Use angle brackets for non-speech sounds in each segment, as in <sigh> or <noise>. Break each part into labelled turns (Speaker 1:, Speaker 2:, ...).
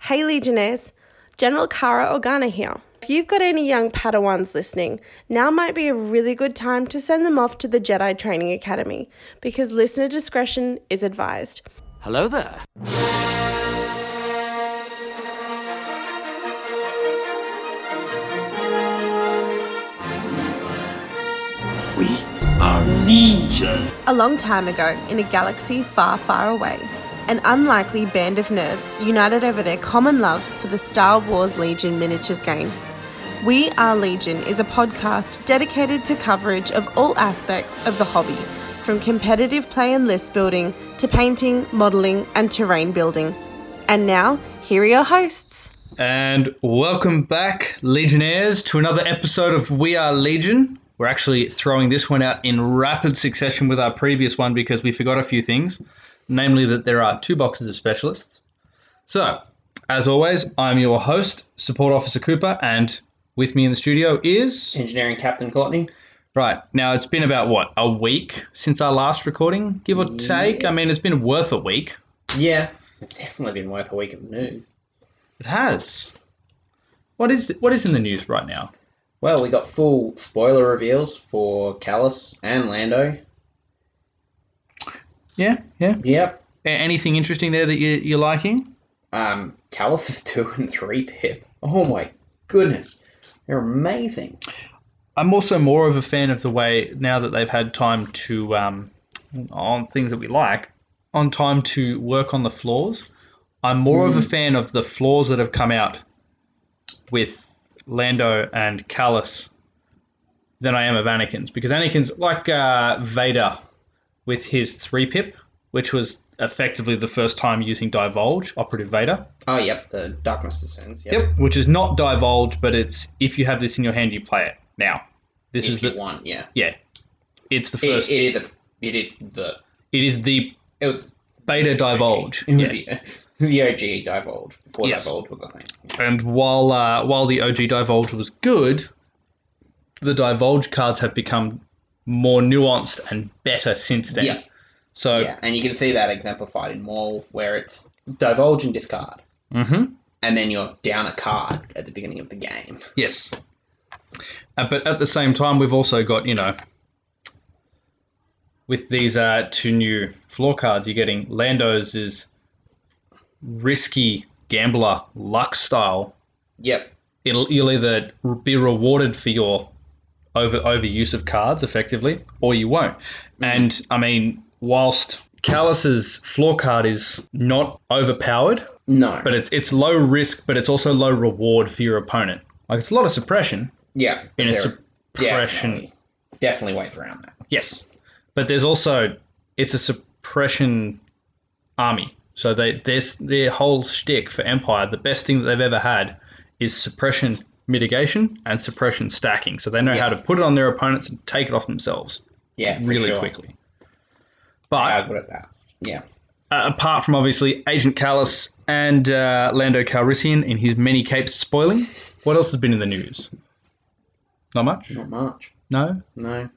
Speaker 1: Haley Janess, General Kara Organa here. If you've got any young Padawans listening, now might be a really good time to send them off to the Jedi Training Academy because listener discretion is advised.
Speaker 2: Hello there.
Speaker 3: We are legion.
Speaker 1: A long time ago, in a galaxy far, far away, an unlikely band of nerds united over their common love for the Star Wars Legion miniatures game. We Are Legion is a podcast dedicated to coverage of all aspects of the hobby, from competitive play and list building to painting, modelling, and terrain building. And now, here are your hosts.
Speaker 4: And welcome back, Legionnaires, to another episode of We Are Legion. We're actually throwing this one out in rapid succession with our previous one because we forgot a few things, namely that there are two boxes of specialists. So, as always, I'm your host, Support Officer Cooper, and with me in the studio is.
Speaker 3: Engineering Captain Courtney.
Speaker 4: Right, now it's been about what, a week since our last recording, give or take? I mean, it's been worth a week.
Speaker 3: Yeah, it's definitely been worth a week of news.
Speaker 4: It has. What is what is in the news right now?
Speaker 3: Well, we got full spoiler reveals for Callus and Lando.
Speaker 4: Yeah, yeah.
Speaker 3: Yep.
Speaker 4: A- anything interesting there that you, you're liking?
Speaker 3: Um, Callus <laughs> is two and three pip. Oh my goodness, they're amazing.
Speaker 4: I'm also more of a fan of the way now that they've had time to um, on things that we like, on time to work on the flaws. I'm more of a fan of the flaws that have come out with Lando and Callus than I am of Anakin's because Anakin's like uh, Vader with his three pip, which was effectively the first time using divulge operative Vader.
Speaker 3: Oh yep, the darkness descends. Yep.
Speaker 4: Yep, which is not divulge, but it's if you have this in your hand, you play it now. This
Speaker 3: If
Speaker 4: is
Speaker 3: you
Speaker 4: the
Speaker 3: want, yeah.
Speaker 4: yeah, it's the
Speaker 3: It,
Speaker 4: first.
Speaker 3: it is a. It is the.
Speaker 4: it is the
Speaker 3: It was.
Speaker 4: beta divulge.
Speaker 3: It was
Speaker 4: Yeah.
Speaker 3: <laughs> the, the OG divulge before
Speaker 4: Yes.
Speaker 3: divulge was a thing. Yeah.
Speaker 4: And while uh, while the OG divulge was good, the divulge cards have become more nuanced and better since then.
Speaker 3: Yeah.
Speaker 4: So
Speaker 3: Yeah, and you can see that exemplified in Maul, where it's divulge and discard,
Speaker 4: mhm.
Speaker 3: and then you're down a card at the beginning of the game.
Speaker 4: yes. Uh, but at the same time, we've also got you know. With these uh, two new floor cards, you're getting Lando's is risky gambler luck style
Speaker 3: Yep.
Speaker 4: it'll you'll either be rewarded for your over overuse of cards effectively, or you won't. And I mean, whilst Callus's floor card is not overpowered,
Speaker 3: No.
Speaker 4: but it's it's low risk, but it's also low reward for your opponent. Like it's a lot of suppression.
Speaker 3: yeah.
Speaker 4: In a
Speaker 3: there-
Speaker 4: suppression.
Speaker 3: Definitely, definitely ways around that.
Speaker 4: Yes, but there's also it's a suppression army. So they their their whole shtick for Empire, the best thing that they've ever had is suppression mitigation and suppression stacking. So they know how
Speaker 3: Yeah.
Speaker 4: to put it on their opponents and take it off themselves
Speaker 3: Yeah. for
Speaker 4: really
Speaker 3: sure.
Speaker 4: quickly.
Speaker 3: I
Speaker 4: But
Speaker 3: good at that. Yeah.
Speaker 4: uh, apart from obviously Agent Callus and uh, Lando Calrissian in his many capes spoiling, what else has been in the news? Not much.
Speaker 3: Not much.
Speaker 4: No.
Speaker 3: No.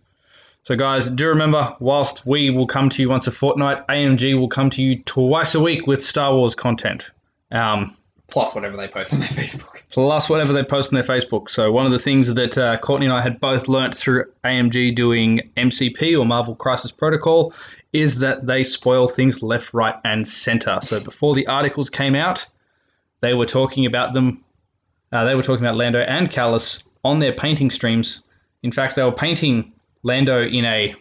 Speaker 4: So, guys, do remember, whilst we will come to you once a fortnight, AMG will come to you twice a week with Star Wars content, um,
Speaker 3: Plus whatever they post on their <laughs> Facebook.
Speaker 4: plus whatever they post on their Facebook. So, one of the things that uh, Courtney and I had both learnt through AMG doing MCP or Marvel Crisis Protocol is that they spoil things left, right, and center. So, before the articles came out, they were talking about them. Uh, they were talking about Lando and Callus on their painting streams. In fact, they were painting Lando in a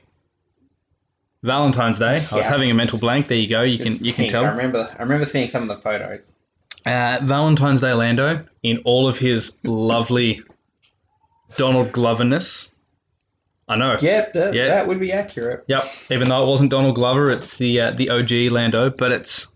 Speaker 4: Valentine's Day. I was
Speaker 3: Yeah.
Speaker 4: having a mental blank. There you go. You can you can
Speaker 3: Pink.
Speaker 4: tell.
Speaker 3: I remember. I remember seeing some of the photos.
Speaker 4: Uh, Valentine's Day Lando in all of his lovely Donald Gloverness. I know.
Speaker 3: Yep. That,
Speaker 4: Yeah.
Speaker 3: that would be accurate.
Speaker 4: Yep. Even though it wasn't Donald Glover, it's the uh, the OG Lando, but it's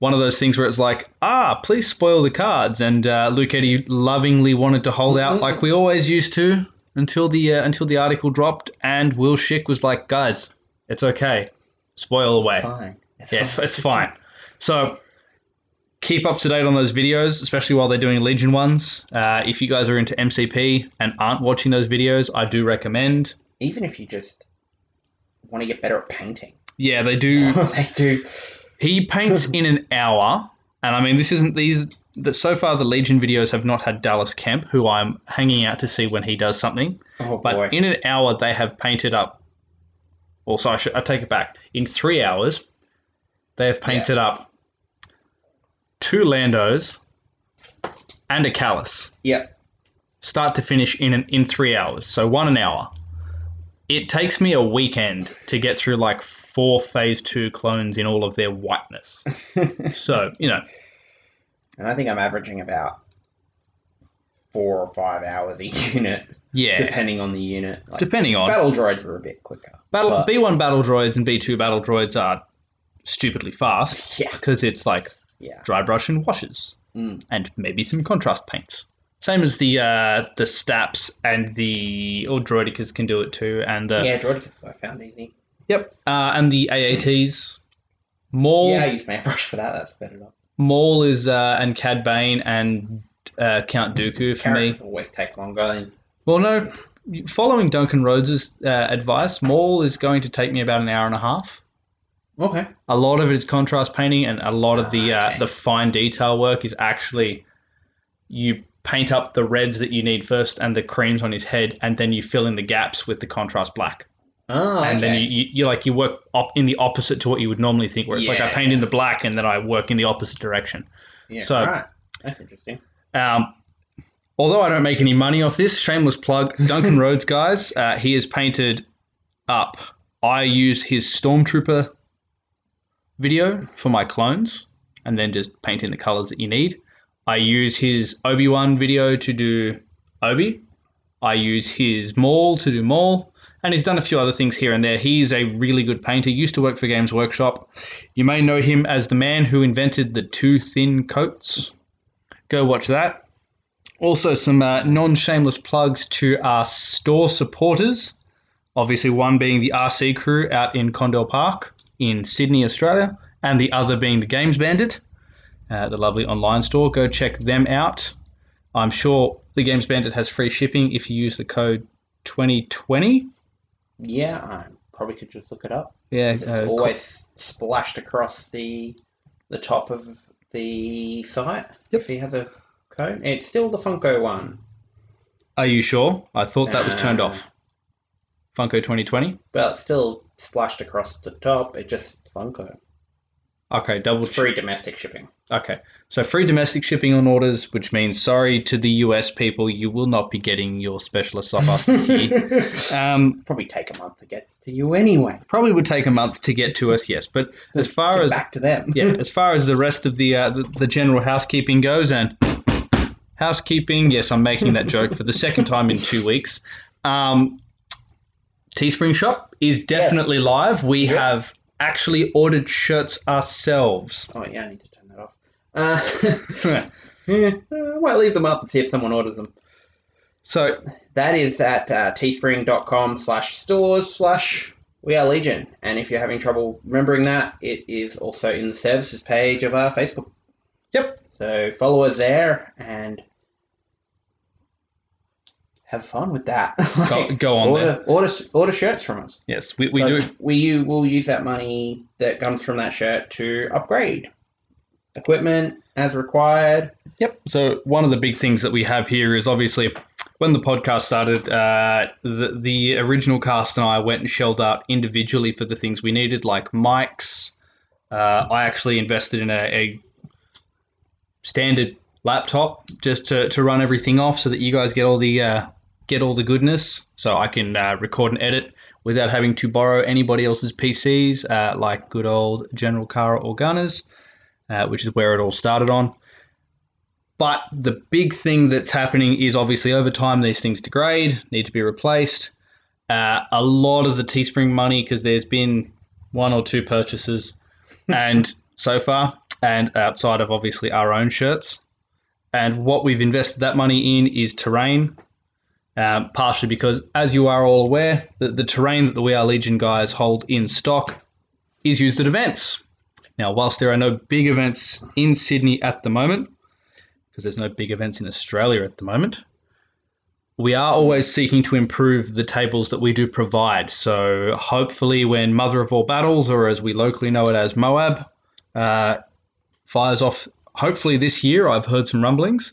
Speaker 4: one of those things where it's like, ah, please spoil the cards. And uh, Luke Eddy lovingly wanted to hold out like we always used to until the uh, until the article dropped, and Will Schick was like, guys, it's okay, spoil away.
Speaker 3: Fine. It's
Speaker 4: Yeah, it's, it's fine. So keep up to date on those videos, especially while they're doing Legion ones. Uh, if you guys are into MCP and aren't watching those videos, I do recommend.
Speaker 3: Even if you just want to get better at painting, <laughs>
Speaker 4: <laughs> Yeah, they do.
Speaker 3: they do.
Speaker 4: He paints in an hour And I mean, this isn't these that so far the Legion videos have not had Dallas Kemp, who I'm hanging out to see when he does something.
Speaker 3: Oh
Speaker 4: But
Speaker 3: boy.
Speaker 4: in an hour, they have painted up. Or so I, should, I take it back. In three hours, they have painted up two Landos and a Callus,
Speaker 3: yep.
Speaker 4: start to finish in an, in three hours. So one an hour. It takes me a weekend to get through like four Phase Two clones in all of their
Speaker 3: <laughs>
Speaker 4: whiteness. so you know,
Speaker 3: And I think I'm averaging about four or five hours a <laughs> unit,
Speaker 4: yeah.
Speaker 3: depending on the unit. Like,
Speaker 4: Depending on
Speaker 3: battle droids were a bit quicker.
Speaker 4: Battle
Speaker 3: But-
Speaker 4: B1 battle droids and B2 battle droids are stupidly fast
Speaker 3: Yeah.
Speaker 4: because it's like
Speaker 3: Yeah.
Speaker 4: dry brush and washes
Speaker 3: Mm.
Speaker 4: and maybe some contrast paints. Same as the uh, the Staps and the or Droidicas can do it too, and the
Speaker 3: yeah, droid I found easy.
Speaker 4: yep uh, and the AATs. Maul
Speaker 3: Yeah, I used my brush for that. That's better up.
Speaker 4: Maul is uh, and Cad Bane and uh, Count Dooku for me.
Speaker 3: Characters always take longer. And
Speaker 4: Well, no, following Duncan Rhodes' uh, advice, Maul is going to take me about an hour and a half.
Speaker 3: okay.
Speaker 4: a lot of it is contrast painting and a lot of the
Speaker 3: Ah,
Speaker 4: uh,
Speaker 3: okay.
Speaker 4: the fine detail work is actually you paint up the reds that you need first and the creams on his head and then you fill in the gaps with the contrast black
Speaker 3: Oh,
Speaker 4: and then
Speaker 3: okay.
Speaker 4: you, you, you like you work op- in the opposite to what you would normally think where it's like i
Speaker 3: Yeah.
Speaker 4: paint in the black and then i work in the opposite direction
Speaker 3: yeah,
Speaker 4: so-
Speaker 3: right. That's interesting.
Speaker 4: um, although I don't make any money off this, shameless plug, Duncan Rhodes, guys, uh, he has painted up. I use his Stormtrooper video for my clones and then just paint in the colors that you need. I use his Obi Wan video to do Obi. I use his Maul to do Maul. And he's done a few other things here and there. He's a really good painter. Used to work for Games Workshop. You may know him as the man who invented the two thin coats go watch that. Also, some uh, non shameless plugs to our store supporters. Obviously, one being the RC crew out in Condell Park in Sydney, Australia, and the other being the Games Bandit, uh, the lovely online store. Go check them out. I'm sure the Games Bandit has free shipping if you use the code 2020.
Speaker 3: Yeah, I probably could just look it up.
Speaker 4: Yeah,
Speaker 3: It's
Speaker 4: uh, co-
Speaker 3: always splashed across the the top of the site. If you have a code, it's still the Funko one,
Speaker 4: are you sure? I thought that was turned
Speaker 3: Uh,
Speaker 4: off. Funko 2020.
Speaker 3: but it's still splashed across the top. It just Funko.
Speaker 4: Okay, double check.
Speaker 3: Free domestic shipping.
Speaker 4: Okay. So free domestic shipping on orders, which means sorry to the US people, you will not be getting your specialists off us this
Speaker 3: <laughs>
Speaker 4: year. Um,
Speaker 3: probably take a month to get to you anyway.
Speaker 4: probably would take a month to get to us, yes. But as far
Speaker 3: Get
Speaker 4: as
Speaker 3: back to them.
Speaker 4: yeah, as far as the rest of the, uh, the the general housekeeping goes, and housekeeping, yes, I'm making that joke for the second time in two weeks. Um, Teespring shop is definitely live. We
Speaker 3: Yep.
Speaker 4: have actually ordered shirts ourselves. <laughs>
Speaker 3: Oh yeah, I need to turn that off. Uh, <laughs> yeah, I might leave them up and see if someone orders them.
Speaker 4: so
Speaker 3: That is at uh, teespring.com slash stores slash we are legion. And if you're having trouble remembering that, it is also in the services page of our Facebook.
Speaker 4: Yep.
Speaker 3: So follow us there and have fun with that. <laughs>
Speaker 4: go, go on
Speaker 3: order,
Speaker 4: there.
Speaker 3: Order, order shirts from us.
Speaker 4: Yes, we, we do.
Speaker 3: Because We you will use that money that comes from that shirt to upgrade equipment as required.
Speaker 4: Yep. So one of the big things that we have here is obviously when the podcast started, uh, the the original cast and I went and shelled out individually for the things we needed, like mics. Uh, I actually invested in a, a standard laptop just to, to run everything off, so that you guys get all the uh, get all the goodness. So I can uh, record and edit without having to borrow anybody else's PCs, uh, like good old General Kara or Gunners, uh, which is where it all started on. But the big thing that's happening is obviously over time these things degrade, need to be replaced. Uh, a lot of the Teespring money, because there's been one or two purchases, and so far, and outside of obviously our own shirts. And what we've invested that money in is terrain, um, partially because, as you are all aware, the, the terrain that the We Are Legion guys hold in stock is used at events. Now, whilst there are no big events in Sydney at the moment, because there's no big events in Australia at the moment. We are always seeking to improve the tables that we do provide. So hopefully, when Mother of All Battles, or as we locally know it as Moab, uh, fires off hopefully this year, I've heard some rumblings.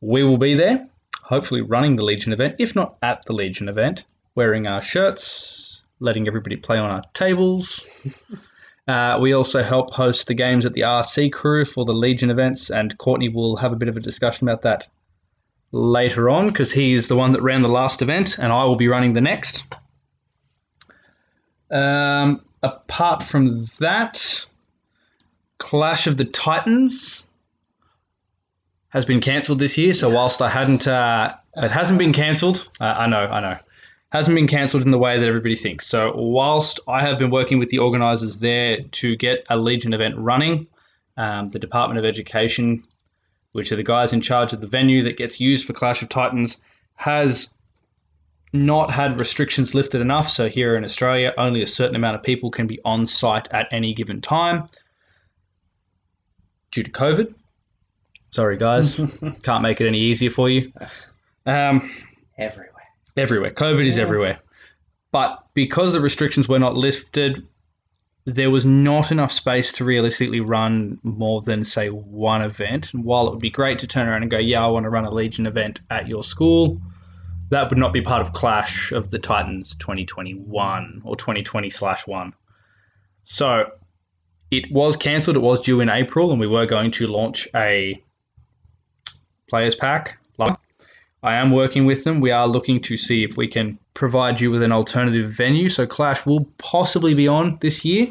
Speaker 4: We will be there, hopefully running the Legion event, if not at the Legion event, wearing our shirts, letting everybody play on our tables. Uh, we also help host the games at the RC crew for the Legion events, and Courtney will have a bit of a discussion about that later on because he is the one that ran the last event, and I will be running the next. Um, apart from that, Clash of the Titans has been cancelled this year. So whilst I hadn't, uh, it hasn't been cancelled. Uh, I know, I know, hasn't been cancelled in the way that everybody thinks. So whilst I have been working with the organisers there to get a Legion event running, um, the Department of Education, which are the guys in charge of the venue that gets used for Clash of Titans, has not had restrictions lifted enough. So here in Australia, only a certain amount of people can be on site at any given time due to COVID. Sorry, guys, can't make it any easier for you. Um,
Speaker 3: Everywhere.
Speaker 4: everywhere, COVID is everywhere. But because the restrictions were not lifted, there was not enough space to realistically run more than, say, one event. And while it would be great to turn around and go, yeah, I want to run a Legion event at your school, that would not be part of Clash of the Titans 2021 or 2020 slash 1. So it was cancelled. It was due in April, and we were going to launch a players pack. Like, I am working with them. We are looking to see if we can provide you with an alternative venue. So Clash will possibly be on this year.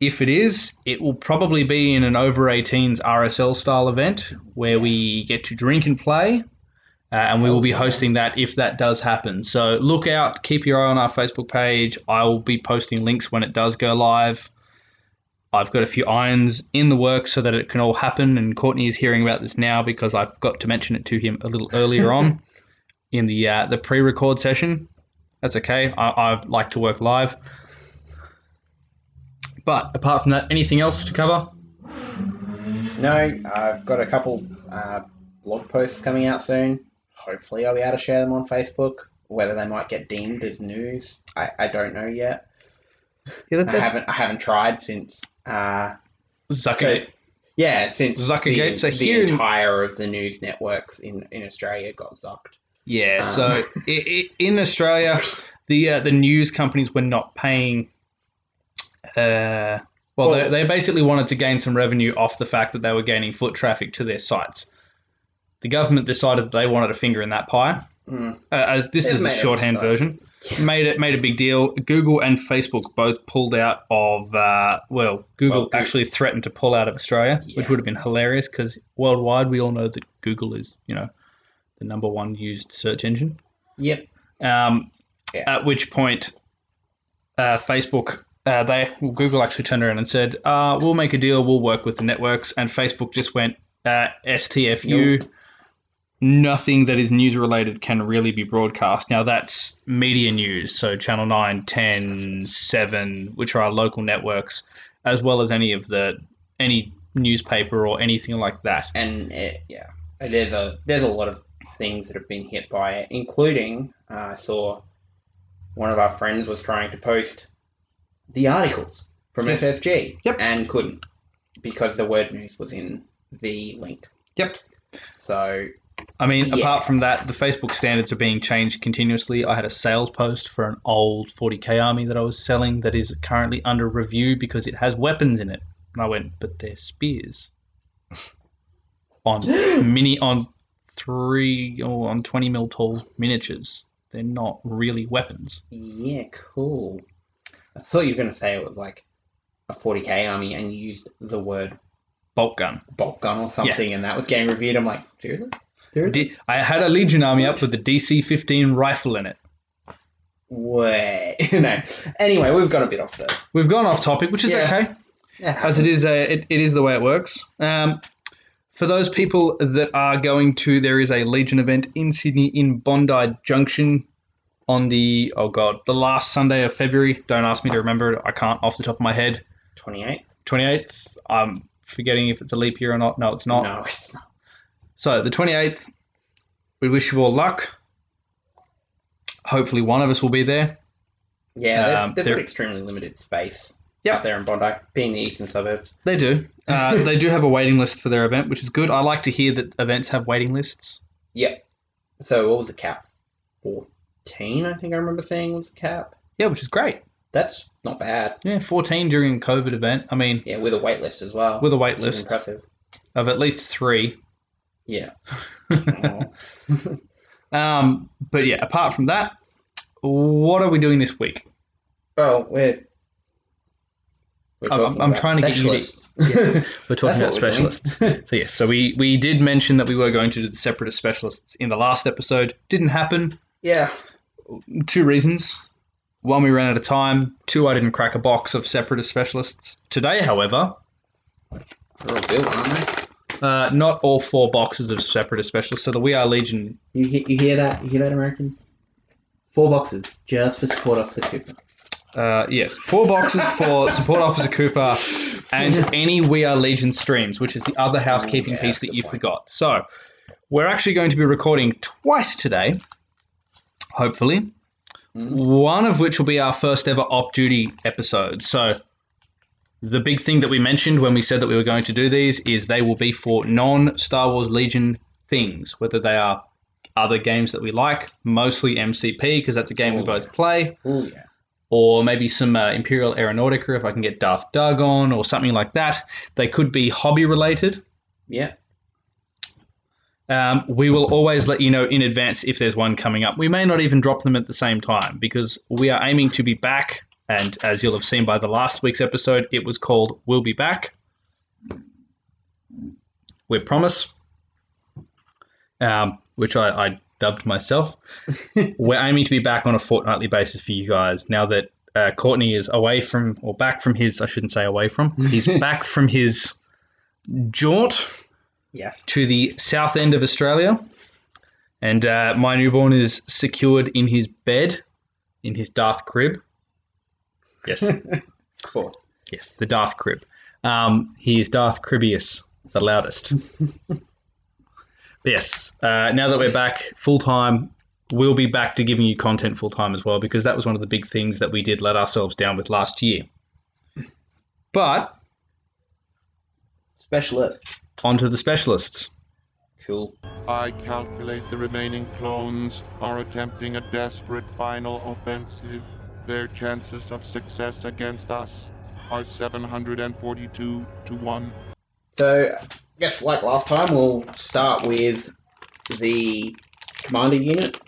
Speaker 4: If it is, it will probably be in an over 18s RSL style event where we get to drink and play. Uh, and we will be hosting that if that does happen. So look out, keep your eye on our Facebook page. I will be posting links when it does go live. I've got a few irons in the works so that it can all happen. And Courtney is hearing about this now because I've got to mention it to him a little earlier on in the uh, the pre-record session. That's okay. I, I like to work live. But apart from that, anything else to cover?
Speaker 3: No, I've got a couple uh, blog posts coming out soon. Hopefully, I'll be able to share them on Facebook. Whether they might get deemed as news, I, I don't know yet.
Speaker 4: Yeah,
Speaker 3: I haven't I haven't tried since. Uh,
Speaker 4: Zucker.
Speaker 3: yeah, since
Speaker 4: Zuckergate, so
Speaker 3: the, the
Speaker 4: here in-
Speaker 3: entire of the news networks in, in Australia got zucked.
Speaker 4: Yeah,
Speaker 3: Um,
Speaker 4: so i i in Australia, the uh, the news companies were not paying. Uh, well, they,
Speaker 3: Well-
Speaker 4: they basically wanted to gain some revenue off the fact that they were gaining foot traffic to their sites. The government decided that they wanted a finger in that pie.
Speaker 3: Mm.
Speaker 4: Uh, as this
Speaker 3: They've
Speaker 4: is the
Speaker 3: made a-
Speaker 4: shorthand version. Made it made a big deal. Google and Facebook both pulled out of. Uh, well, Google
Speaker 3: Well, Goo-
Speaker 4: actually threatened to pull out of Australia, which
Speaker 3: Yeah.
Speaker 4: would have been hilarious because worldwide we all know that Google is you know the number one used search engine.
Speaker 3: Yep.
Speaker 4: Um,
Speaker 3: Yeah.
Speaker 4: At which point, uh, Facebook, uh, they well, Google actually turned around and said, uh, "We'll make a deal. We'll work with the networks." And Facebook just went, uh, "STFU." Nothing that is news related can really be broadcast. Now that's media news, so Channel 9, 10, 7, which are our local networks, as well as any of the any newspaper or anything like that.
Speaker 3: And eh, yeah, there's a there's a lot of things that have been hit by it, including uh, I saw one of our friends was trying to post the articles from
Speaker 4: Yes.
Speaker 3: FFG
Speaker 4: Yep.
Speaker 3: and couldn't because the word news was in the link.
Speaker 4: Yep.
Speaker 3: So
Speaker 4: I mean,
Speaker 3: Yeah.
Speaker 4: apart from that, the Facebook standards are being changed continuously. I had a sales post for an old 40k army that I was selling that is currently under review because it has weapons in it. And I went, but they're
Speaker 3: <laughs>
Speaker 4: spears. on mini, on three, or on 20 mil tall miniatures. They're not really weapons.
Speaker 3: yeah, cool. I thought you were gonna say it was like a 40k army and you used the word
Speaker 4: Bolt gun.
Speaker 3: bolt gun or something, and that was getting reviewed. I'm like, seriously? Seriously?
Speaker 4: D- I had a Legion army up with a DC 15 rifle in it.
Speaker 3: Wait, <laughs> no. Anyway, we've got a bit off the.
Speaker 4: We've gone off topic, which is
Speaker 3: Yeah.
Speaker 4: okay.
Speaker 3: Yeah.
Speaker 4: as it is, uh, it, it is the way it works. Um, for those people that are going to, there is a Legion event in Sydney in Bondi Junction on the oh god, the last Sunday of February. Don't ask me to remember it; I can't off the top of my head.
Speaker 3: 28?
Speaker 4: Twenty eighth. I'm forgetting if it's a leap year or not. No, it's not.
Speaker 3: No, it's not.
Speaker 4: So the twenty eighth. We wish you all luck. Hopefully, one of us will be there.
Speaker 3: Yeah,
Speaker 4: Um,
Speaker 3: they've, they've
Speaker 4: there-
Speaker 3: got extremely limited space
Speaker 4: Um, Yeah.
Speaker 3: out there in Bondi, being the eastern suburbs.
Speaker 4: They do. Uh, they do have a waiting list for their event, which is good. I like to hear that events have waiting lists.
Speaker 3: Yep. So what was the cap? Fourteen, I think I remember saying was the cap.
Speaker 4: Yeah, which is great.
Speaker 3: That's not bad.
Speaker 4: Yeah, 14 during a COVID event. I mean,
Speaker 3: Yeah, with a wait list as well.
Speaker 4: with a wait
Speaker 3: which is
Speaker 4: list
Speaker 3: Impressive.
Speaker 4: of at least three.
Speaker 3: Yeah.
Speaker 4: <laughs>
Speaker 3: Oh, Aw.
Speaker 4: Um, but yeah, apart from that, what are we doing this week?
Speaker 3: well, we're. we're
Speaker 4: I'm-
Speaker 3: talking
Speaker 4: I'm
Speaker 3: about
Speaker 4: trying to get you to-
Speaker 3: specialists.
Speaker 4: <laughs> We're talking
Speaker 3: That's
Speaker 4: about
Speaker 3: what we're doing.
Speaker 4: specialists. <laughs> so yes, so we we did mention that we were going to do the separatist specialists in the last episode. Didn't happen.
Speaker 3: yeah.
Speaker 4: Two reasons. One, we ran out of time. Two, I didn't crack a box of separatist specialists. Today, however,
Speaker 3: They're all built, aren't they?
Speaker 4: uh, not all four boxes of separatist specialists. So the We Are Legion.
Speaker 3: You, he- you hear that? You hear that, Americans? Four boxes just for support officer Cooper.
Speaker 4: Uh, yes, four boxes for
Speaker 3: <laughs>
Speaker 4: Support Officer Cooper and any We Are Legion streams, which is the other housekeeping
Speaker 3: yeah,
Speaker 4: piece
Speaker 3: that's a
Speaker 4: that
Speaker 3: good
Speaker 4: you
Speaker 3: point.
Speaker 4: forgot. So, we're actually going to be recording twice today, hopefully.
Speaker 3: Mm.
Speaker 4: One of which will be our first ever op duty episode. So, the big thing that we mentioned when we said that we were going to do these is they will be for non Star Wars Legion things, whether they are other games that we like, mostly MCP, because that's a game we
Speaker 3: Oh,
Speaker 4: both
Speaker 3: yeah.
Speaker 4: play
Speaker 3: Oh yeah.
Speaker 4: or maybe some uh, Imperial Aeronautica if I can get Darth Dug on, or something like that. They could be hobby related.
Speaker 3: Yeah.
Speaker 4: Um, we will always let you know in advance if there's one coming up. We may not even drop them at the same time because we are aiming to be back. And as you'll have seen by the last week's episode, it was called We'll Be Back. We promise, um, which I, I dubbed myself. We're aiming to be back on a fortnightly basis for you guys now that uh, Courtney is away from, or back from his, I shouldn't say away from, he's back from his jaunt
Speaker 3: Yes.
Speaker 4: to the south end of Australia, and uh, my newborn is secured in his bed, in his Darth crib. Yes,
Speaker 3: Of course.
Speaker 4: yes, the Darth crib. Um, he is Darth Cribius, the loudest. But yes, uh, now that we're back full time, we'll be back to giving you content full time as well, because that was one of the big things that we did let ourselves down with last year. But
Speaker 3: Specialist.
Speaker 4: on to the specialists.
Speaker 3: Cool.
Speaker 2: I calculate the remaining clones are attempting a desperate final offensive. Their chances of success against us are 742 to 1.
Speaker 3: So, I guess like last time, we'll start with the commander unit,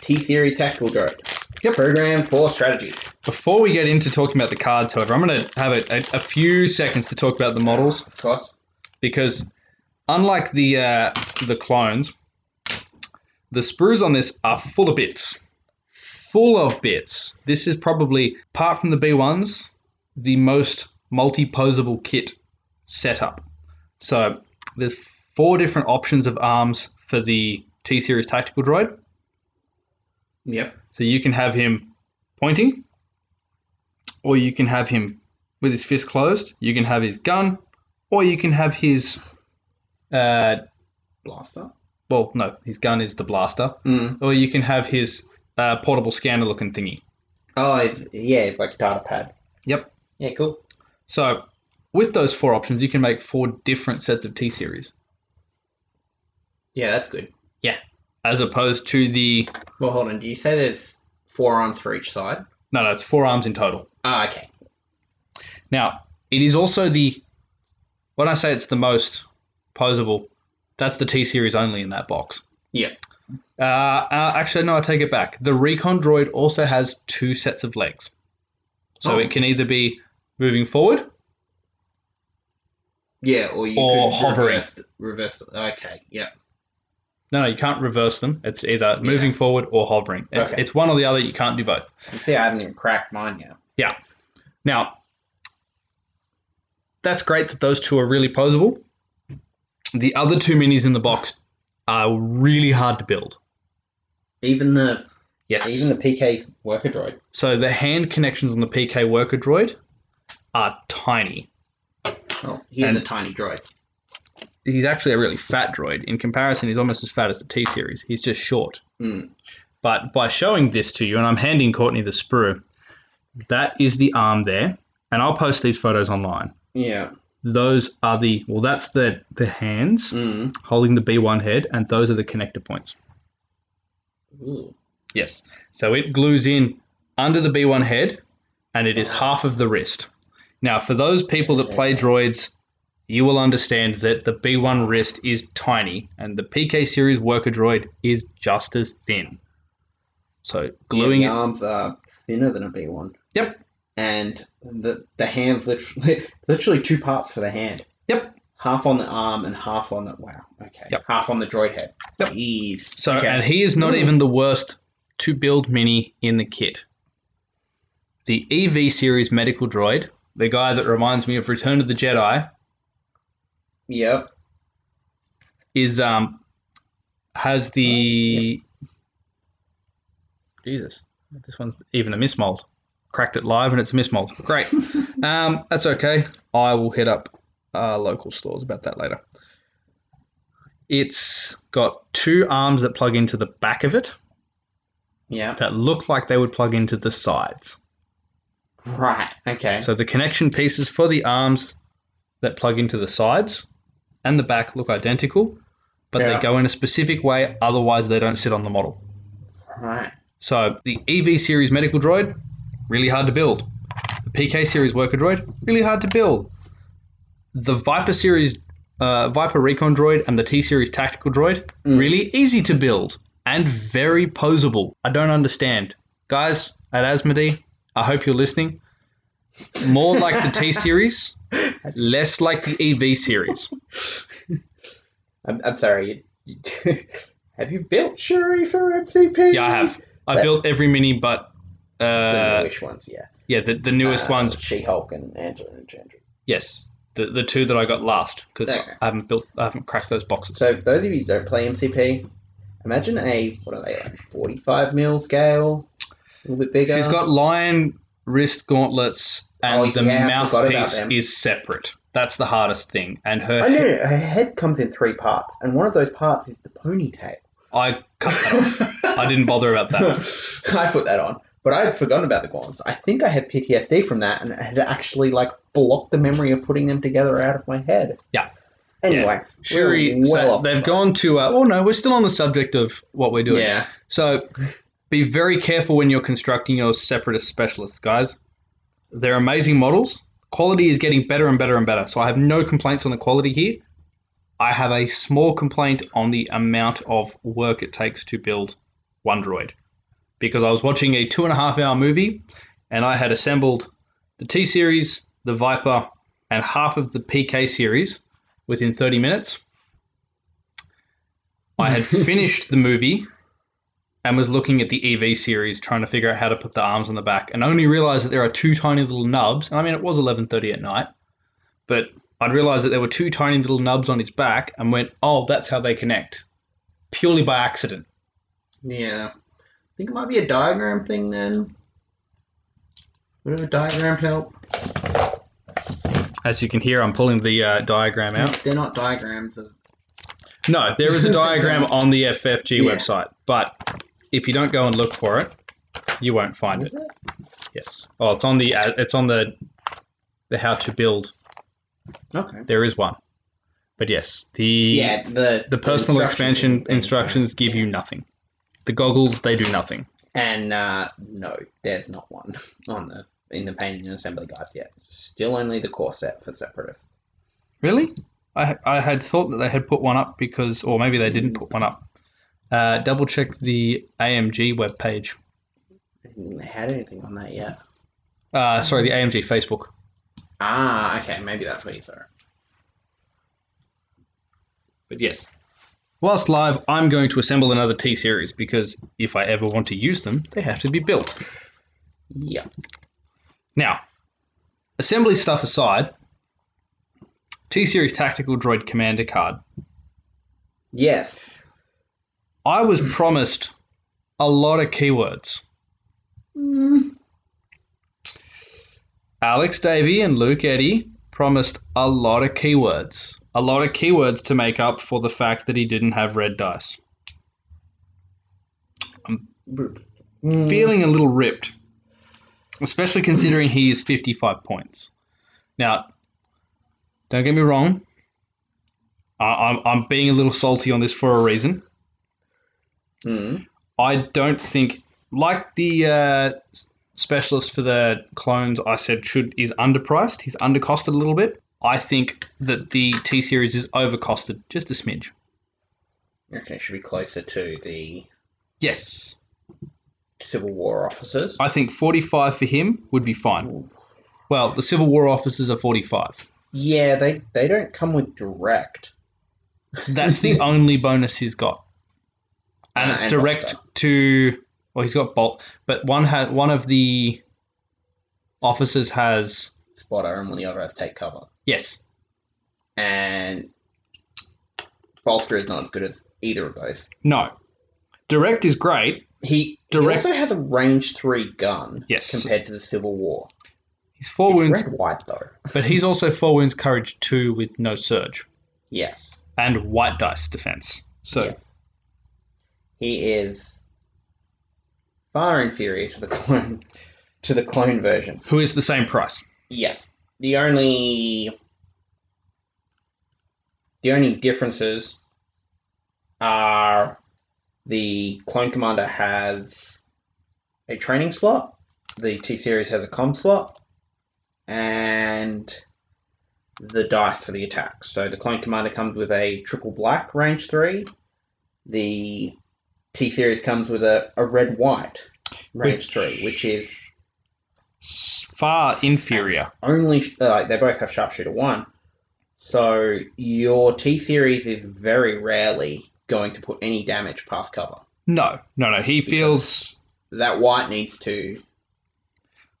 Speaker 3: T Series Tactical Droid. Program for strategy.
Speaker 4: Before we get into talking about the cards, however, I'm going to have a, a, a few seconds to talk about the models
Speaker 3: Of course.
Speaker 4: because, unlike the uh, the clones, the sprues on this are full of bits, full of bits. This is probably, apart from the B ones, the most multi-posable kit setup. So there's four different options of arms for the T series tactical droid.
Speaker 3: Yep.
Speaker 4: So you can have him pointing, or you can have him with his fist closed. You can have his gun, or you can have his. Uh,
Speaker 3: Blaster.
Speaker 4: well, no, his gun is the blaster,
Speaker 3: Mm.
Speaker 4: or you can have his uh, portable scanner looking thingy.
Speaker 3: Oh, it's, yeah, it's like a data pad.
Speaker 4: Yep.
Speaker 3: Yeah, cool.
Speaker 4: So with those four options, you can make four different sets of T series,
Speaker 3: Yeah, that's good.
Speaker 4: as opposed to the
Speaker 3: Well, hold on. Do you say there's four arms for each side?
Speaker 4: no, no, it's four arms in total.
Speaker 3: Ah, okay.
Speaker 4: Now, it is also the when I say it's the most posable, that's the T series only in that box.
Speaker 3: Yeah.
Speaker 4: Uh, uh, actually, no, I take it back. The Recon Droid also has two sets of legs, so
Speaker 3: Oh.
Speaker 4: it can either be moving forward.
Speaker 3: Yeah, or you
Speaker 4: Or
Speaker 3: could
Speaker 4: hovering.
Speaker 3: reverse. reverse okay, yeah.
Speaker 4: No, no, you can't reverse them. It's either moving forward or hovering. It's,
Speaker 3: Okay.
Speaker 4: it's one or the other. You can't do both.
Speaker 3: You see, I haven't even cracked mine yet.
Speaker 4: Now, that's great that those two are really posable. The other two minis in the box are really hard to build.
Speaker 3: Even the
Speaker 4: Yes.
Speaker 3: even the PK worker droid.
Speaker 4: So the hand connections on the PK worker droid are tiny.
Speaker 3: Oh, he's
Speaker 4: And-
Speaker 3: a tiny droid.
Speaker 4: He's actually a really fat droid. In comparison, he's almost as fat as the T series. He's just short.
Speaker 3: Mm.
Speaker 4: But by showing this to you, and I'm handing Courtney the sprue, that is the arm there, and I'll post these photos online.
Speaker 3: Yeah.
Speaker 4: Those are the well, that's the the hands
Speaker 3: Mm.
Speaker 4: holding the B1 head, and those are the connector points.
Speaker 3: Ooh.
Speaker 4: Yes. So it glues in under the B1 head and it is half of the wrist. Now, for those people that play droids, you will understand that the B1 wrist is tiny and the PK series worker droid is just as thin. So gluing
Speaker 3: yeah, the
Speaker 4: it.
Speaker 3: arms are thinner than a B one,
Speaker 4: Yep.
Speaker 3: and the the hands literally literally two parts for the hand.
Speaker 4: Yep.
Speaker 3: Half on the arm and half on the wow. Okay.
Speaker 4: Yep.
Speaker 3: Half on the droid head.
Speaker 4: Yep.
Speaker 3: Jeez.
Speaker 4: So,
Speaker 3: Okay.
Speaker 4: and he is not
Speaker 3: Ooh.
Speaker 4: even the worst to build mini in the kit. The EV series medical droid, the guy that reminds me of Return of the Jedi,
Speaker 3: Yep.
Speaker 4: is um has the Uh, Jesus. This one's even a mismold. Cracked it live and it's a mismold. Great. <laughs> um, that's okay. I will hit up uh, local stores about that later. It's got two arms that plug into the back of it
Speaker 3: Yep.
Speaker 4: that look like they would plug into the sides.
Speaker 3: Right. Okay.
Speaker 4: So the connection pieces for the arms that plug into the sides and the back look identical, but
Speaker 3: Yeah.
Speaker 4: they go in a specific way, otherwise, they don't sit on the model.
Speaker 3: right.
Speaker 4: So the EV series medical droid, really hard to build. The PK series worker droid, really hard to build. The Viper series, uh, Viper recon droid, and the T series tactical droid, really easy to build and very posable. I don't understand, guys at Asmodee. I hope you're listening. More like the T series, less like the EV series.
Speaker 3: I'm, I'm sorry. You, you- <laughs> have you built Shuri for MCP?
Speaker 4: Yeah, I have. I
Speaker 3: That-
Speaker 4: built every mini, but
Speaker 3: <laughs> the
Speaker 4: uh,
Speaker 3: newish ones, yeah.
Speaker 4: yeah, the, the newest
Speaker 3: Uh,
Speaker 4: ones
Speaker 3: She-Hulk and Angelina Jolie.
Speaker 4: Yes, the the two that I got last because
Speaker 3: Okay.
Speaker 4: I haven't built, I haven't cracked those boxes.
Speaker 3: So those of you who don't play MCP, imagine a what are they like, 45 mil scale, a little bit bigger.
Speaker 4: She's got lion wrist gauntlets, and
Speaker 3: Oh,
Speaker 4: the
Speaker 3: yeah, I forgot about
Speaker 4: mouthpiece
Speaker 3: them.
Speaker 4: is separate. That's the hardest thing, and her
Speaker 3: I know her head comes in three parts, and one of those parts is the
Speaker 4: <laughs>
Speaker 3: ponytail.
Speaker 4: I cut that off. I didn't bother about
Speaker 3: <laughs>
Speaker 4: that.
Speaker 3: I put that on, but I had forgotten about the Gorns. I think I had PTSD from that, and it had actually like blocked the memory of putting them together out of my head.
Speaker 4: Yeah.
Speaker 3: Anyway,
Speaker 4: Shuri,
Speaker 3: we're
Speaker 4: so
Speaker 3: well off
Speaker 4: they've
Speaker 3: track.
Speaker 4: gone to. Uh, oh no, we're still on the subject of what we're doing.
Speaker 3: Yeah.
Speaker 4: So be very careful when you're constructing your separatist specialists, guys. They're amazing models. Quality is getting better and better and better. So I have no complaints on the quality here. I have a small complaint on the amount of work it takes to build one droid. Because I was watching a two and a half hour movie and I had assembled the T series, the Viper, and half of the PK series within 30 minutes. I had finished the movie and was looking at the EV series, trying to figure out how to put the arms on the back, and only realized that there are two tiny little nubs. And I mean, it was eleven thirty at night, but I'd realized that there were two tiny little nubs on his back, and went, "Oh, that's how they connect," purely by accident.
Speaker 3: Yeah. I think it might be a diagram thing then. Would a diagram help?
Speaker 4: As you can hear, I'm pulling the uh, diagram out.
Speaker 3: They're not diagrams. Of...
Speaker 4: No, there is a diagram on the FFG
Speaker 3: Yeah.
Speaker 4: website, but if you don't go and look for it, you won't find it.
Speaker 3: Is it?
Speaker 4: Yes. Oh, it's on the uh, it's on the the how to build.
Speaker 3: Okay.
Speaker 4: There is one, but yes, the
Speaker 3: Yeah, the
Speaker 4: The personal
Speaker 3: instructions
Speaker 4: expansion
Speaker 3: and things,
Speaker 4: instructions
Speaker 3: right?
Speaker 4: give you nothing. The goggles, they do nothing.
Speaker 3: And uh, no, there's not one <laughs> on the in the painting and assembly guide yet. Still only the core set for separatists.
Speaker 4: Really? I, I had thought that they had put one up because, or maybe they didn't put one up. Uh, double check the AMG webpage.
Speaker 3: I didn't had anything on that yet.
Speaker 4: Uh, sorry, the AMG Facebook.
Speaker 3: Ah, okay, maybe that's where you saw it.
Speaker 4: But yes. Whilst live, I'm going to assemble another T series because if I ever want to use them, they have to be built.
Speaker 3: Yeah.
Speaker 4: Now, assembly stuff aside, T series tactical droid commander card.
Speaker 3: Yes.
Speaker 4: I was promised a lot of keywords. Alex Davey and Luke Eddy promised a lot of keywords. A lot of keywords to make up for the fact that he didn't have red dice. I'm feeling a little ripped. especially considering he is 55 points. Now, don't get me wrong. I, I'm, I'm being a little salty on this for a reason.
Speaker 3: Mm.
Speaker 4: I don't think, like the uh, s- specialist for the clones, I said should is underpriced. He's undercosted a little bit. I think that the T series is overcosted just a smidge.
Speaker 3: You reckon it should be closer to the
Speaker 4: Yes,
Speaker 3: Civil War officers?
Speaker 4: I think 45 for him would be fine.
Speaker 3: Ooh.
Speaker 4: Well, the Civil War officers are 45.
Speaker 3: Yeah, they, they don't come with direct.
Speaker 4: That's the only bonus he's got, and
Speaker 3: Ah,
Speaker 4: it's
Speaker 3: and
Speaker 4: direct
Speaker 3: Boxer.
Speaker 4: to. Well, he's got bolt, but one had one of the officers has
Speaker 3: Spotter and one of the other has take cover.
Speaker 4: yes.
Speaker 3: And Bolster is not as good as either of those.
Speaker 4: No. Direct is great.
Speaker 3: He,
Speaker 4: Direct-
Speaker 3: he also has a range three gun
Speaker 4: Yes. Oh,
Speaker 3: compared to the Civil War.
Speaker 4: He's four
Speaker 3: It's
Speaker 4: wounds,
Speaker 3: red white though.
Speaker 4: but he's also four wounds courage two with no surge
Speaker 3: Yes.
Speaker 4: and white dice defense. So
Speaker 3: yes. he is far inferior to the <laughs> clone to the clone version.
Speaker 4: who is the same price?
Speaker 3: Yes. The only the only differences are the clone commander has a training slot, the T series has a com slot, and the dice for the attacks. So the clone commander comes with a triple black range three. The T series comes with a, a red white range
Speaker 4: Which-
Speaker 3: three, which is
Speaker 4: S- Far inferior.
Speaker 3: only uh, they both have sharpshooter one. So your T series is very rarely going to put any damage past cover.
Speaker 4: No, no, no. He feels
Speaker 3: That white needs to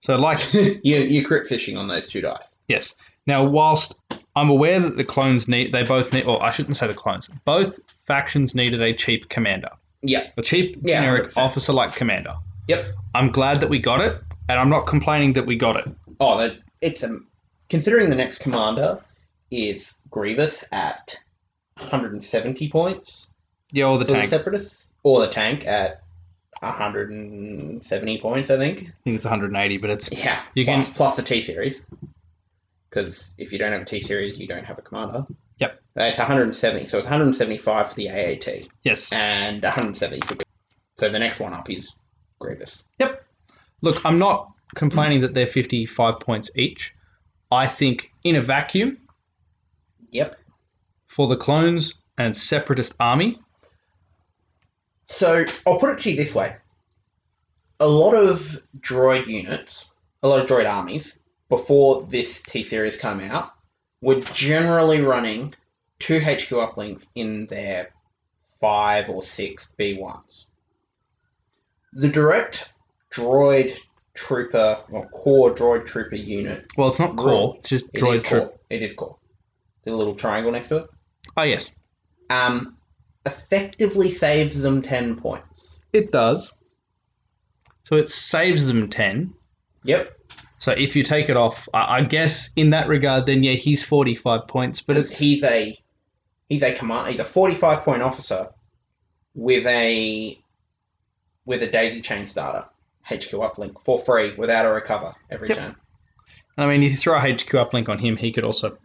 Speaker 4: so like
Speaker 3: <laughs> you you crit fishing on those two dice.
Speaker 4: yes. Now, whilst I'm aware that the clones need, they both need, or I shouldn't say the clones, both factions needed a cheap commander,
Speaker 3: Yeah.
Speaker 4: a cheap
Speaker 3: Yeah,
Speaker 4: generic
Speaker 3: 100%.
Speaker 4: officer like commander.
Speaker 3: Yep.
Speaker 4: I'm glad that we got it, and I'm not complaining that we got it.
Speaker 3: Oh, that it's a considering the next commander is Grievous at 170 points
Speaker 4: Yeah, or the
Speaker 3: for the
Speaker 4: tank. I
Speaker 3: Separatists, or the tank at 170 points, I think.
Speaker 4: think it's 180, but it's
Speaker 3: Yeah,
Speaker 4: You
Speaker 3: plus, plus the T series. Because if you don't have a T series, you don't have a commander.
Speaker 4: Yep.
Speaker 3: Uh, It's 170, so it's 175 for the AAT
Speaker 4: yes.
Speaker 3: and 170 for. So the next one up is Grievous.
Speaker 4: Yep. Look, I'm not complaining that they're 55 points each. I think in a vacuum
Speaker 3: Yep.
Speaker 4: for the clones and separatist army,
Speaker 3: So I'll put it to you this way: a lot of droid units, a lot of droid armies before this T series came out, were generally running two HQ uplinks in their five or six B ones. The direct droid trooper or core droid trooper unit.
Speaker 4: well, it's not core,
Speaker 3: Right.
Speaker 4: it's just
Speaker 3: it is
Speaker 4: droid
Speaker 3: core.
Speaker 4: troop.
Speaker 3: It is core. The little triangle next to it.
Speaker 4: Oh, yes.
Speaker 3: Um, effectively saves them ten points.
Speaker 4: It does. So it saves them 10.
Speaker 3: Yep.
Speaker 4: So if you take it off, I, I guess in that regard, then yeah, he's 45 points, but it's.
Speaker 3: he's a he's a command he's a forty five point officer with a with a daisy chain starter HQ uplink for free without a recover every
Speaker 4: Yep.
Speaker 3: turn.
Speaker 4: I mean, if you throw a HQ uplink on him, he could also.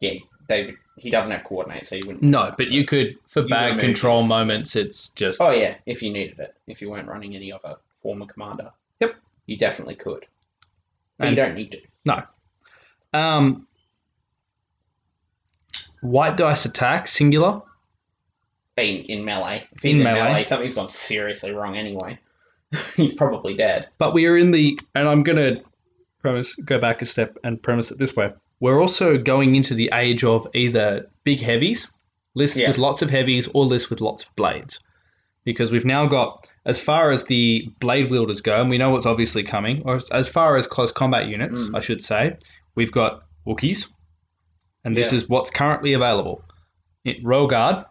Speaker 3: Yeah, David he doesn't have coordinate, so you wouldn't.
Speaker 4: No, but you could, for
Speaker 3: You
Speaker 4: bad
Speaker 3: remove
Speaker 4: control
Speaker 3: this.
Speaker 4: moments, it's just.
Speaker 3: Oh yeah, if you needed it, if you weren't running any other former commander.
Speaker 4: Yep.
Speaker 3: You definitely could, but
Speaker 4: And-
Speaker 3: you don't need to.
Speaker 4: No. Um, white dice attack singular.
Speaker 3: In, in melee, if he's
Speaker 4: In
Speaker 3: in,
Speaker 4: melee.
Speaker 3: melee. something's gone seriously wrong anyway. <laughs> he's probably dead.
Speaker 4: But we are in the, and I'm gonna premise go back a step and premise it this way. We're also going into the age of either big heavies, lists
Speaker 3: Yes.
Speaker 4: with lots of heavies, or lists with lots of blades, because we've now got as far as the blade wielders go, and we know what's obviously coming. Or as- as far as close combat units,
Speaker 3: Mm.
Speaker 4: I should say, we've got Wookiees, and this
Speaker 3: Yeah.
Speaker 4: is what's currently available: It- Royal Guard,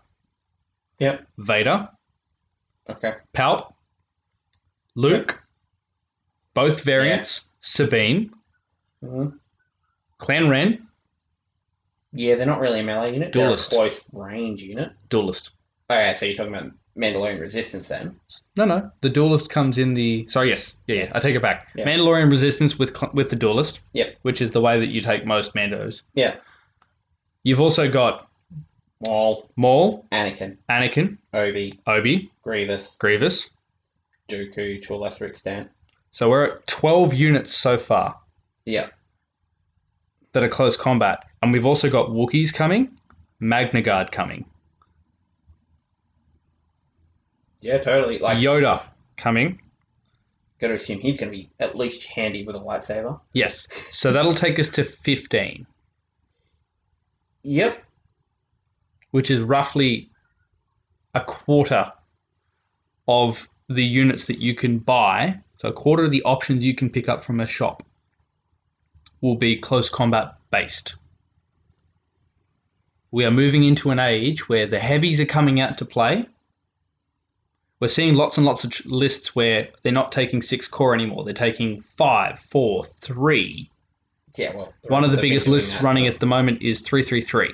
Speaker 3: Yep.
Speaker 4: Vader,
Speaker 3: Okay.
Speaker 4: Palp, Luke, both variants, Sabine,
Speaker 3: Mhm.
Speaker 4: Clan Ren,
Speaker 3: Yeah, they're not really a melee unit.
Speaker 4: Duelist.
Speaker 3: They're a close range unit.
Speaker 4: Duelist.
Speaker 3: Okay, so you're talking about Mandalorian Resistance then.
Speaker 4: No, no. The duelist comes in the. Sorry, yes, yeah, yeah. I take it back.
Speaker 3: Yeah.
Speaker 4: Mandalorian resistance with cl- with the duelist.
Speaker 3: Yep.
Speaker 4: Which is the way that you take most Mandos.
Speaker 3: Yeah.
Speaker 4: You've also got
Speaker 3: Maul,
Speaker 4: Maul,
Speaker 3: Anakin,
Speaker 4: Anakin,
Speaker 3: Obi,
Speaker 4: Obi,
Speaker 3: Grievous,
Speaker 4: Grievous.
Speaker 3: Dooku to a lesser extent.
Speaker 4: So we're at twelve units so far
Speaker 3: Yeah.
Speaker 4: that are close combat, and we've also got Wookiees coming, Magna Guard coming,
Speaker 3: Yeah, totally. Like,
Speaker 4: Yoda coming.
Speaker 3: gotta assume he's gonna be at least handy with a lightsaber.
Speaker 4: Yes. So that'll take us to fifteen,
Speaker 3: Yep.
Speaker 4: which is roughly a quarter of the units that you can buy. So a quarter of the options you can pick up from a shop will be close combat based. We are moving into an age where the heavies are coming out to play. We're seeing lots and lots of tr- lists where they're not taking six core anymore. They're taking five, four, three.
Speaker 3: Yeah, well.
Speaker 4: One of the
Speaker 3: they've been
Speaker 4: biggest
Speaker 3: doing
Speaker 4: lists
Speaker 3: that,
Speaker 4: running
Speaker 3: so
Speaker 4: at the moment is 333.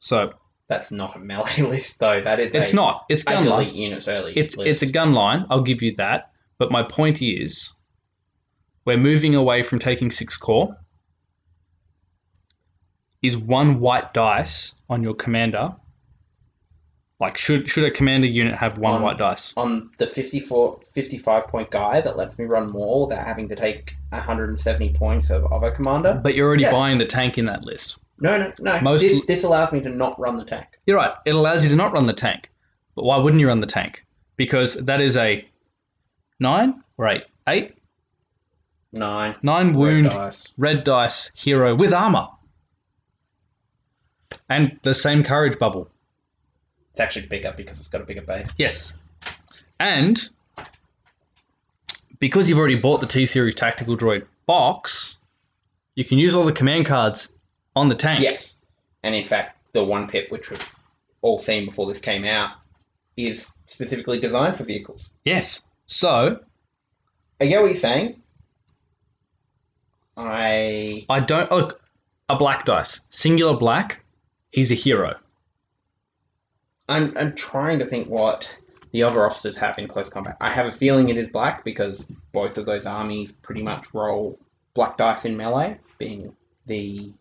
Speaker 4: So
Speaker 3: That's not a melee <laughs> list, though. That is
Speaker 4: it's
Speaker 3: a,
Speaker 4: not. It's
Speaker 3: I
Speaker 4: gun
Speaker 3: delete
Speaker 4: line.
Speaker 3: units early.
Speaker 4: It's
Speaker 3: list.
Speaker 4: it's a gun line. I'll give you that. But my point is, we're moving away from taking six core. Is one white dice on your commander? Like should should a commander unit have one
Speaker 3: Um,
Speaker 4: white dice?
Speaker 3: on the 54, 55 point guy that lets me run more without having to take 170 points of other commander.
Speaker 4: But you're already
Speaker 3: yes.
Speaker 4: buying the tank in that list.
Speaker 3: No, no, no.
Speaker 4: Most-
Speaker 3: This, this allows me to not run the tank.
Speaker 4: You're right. It allows you to not run the tank. But why wouldn't you run the tank? Because that is a nine or eight, eight,
Speaker 3: Nine.
Speaker 4: nine
Speaker 3: red
Speaker 4: wound
Speaker 3: dice.
Speaker 4: red dice hero with armor and the same courage bubble.
Speaker 3: It's actually bigger because it's got a bigger base.
Speaker 4: Yes, and because you've already bought the T series tactical droid box, you can use all the command cards on the tank.
Speaker 3: Yes. And in fact, the one pip, which we've all seen before this came out, is specifically designed for vehicles.
Speaker 4: Yes. So
Speaker 3: I get what you're saying. I.
Speaker 4: I don't look a black dice singular black. He's a hero.
Speaker 3: I'm, I'm trying to think what the other officers have in close combat. I have a feeling it is black because both of those armies pretty much roll black dice in melee, being the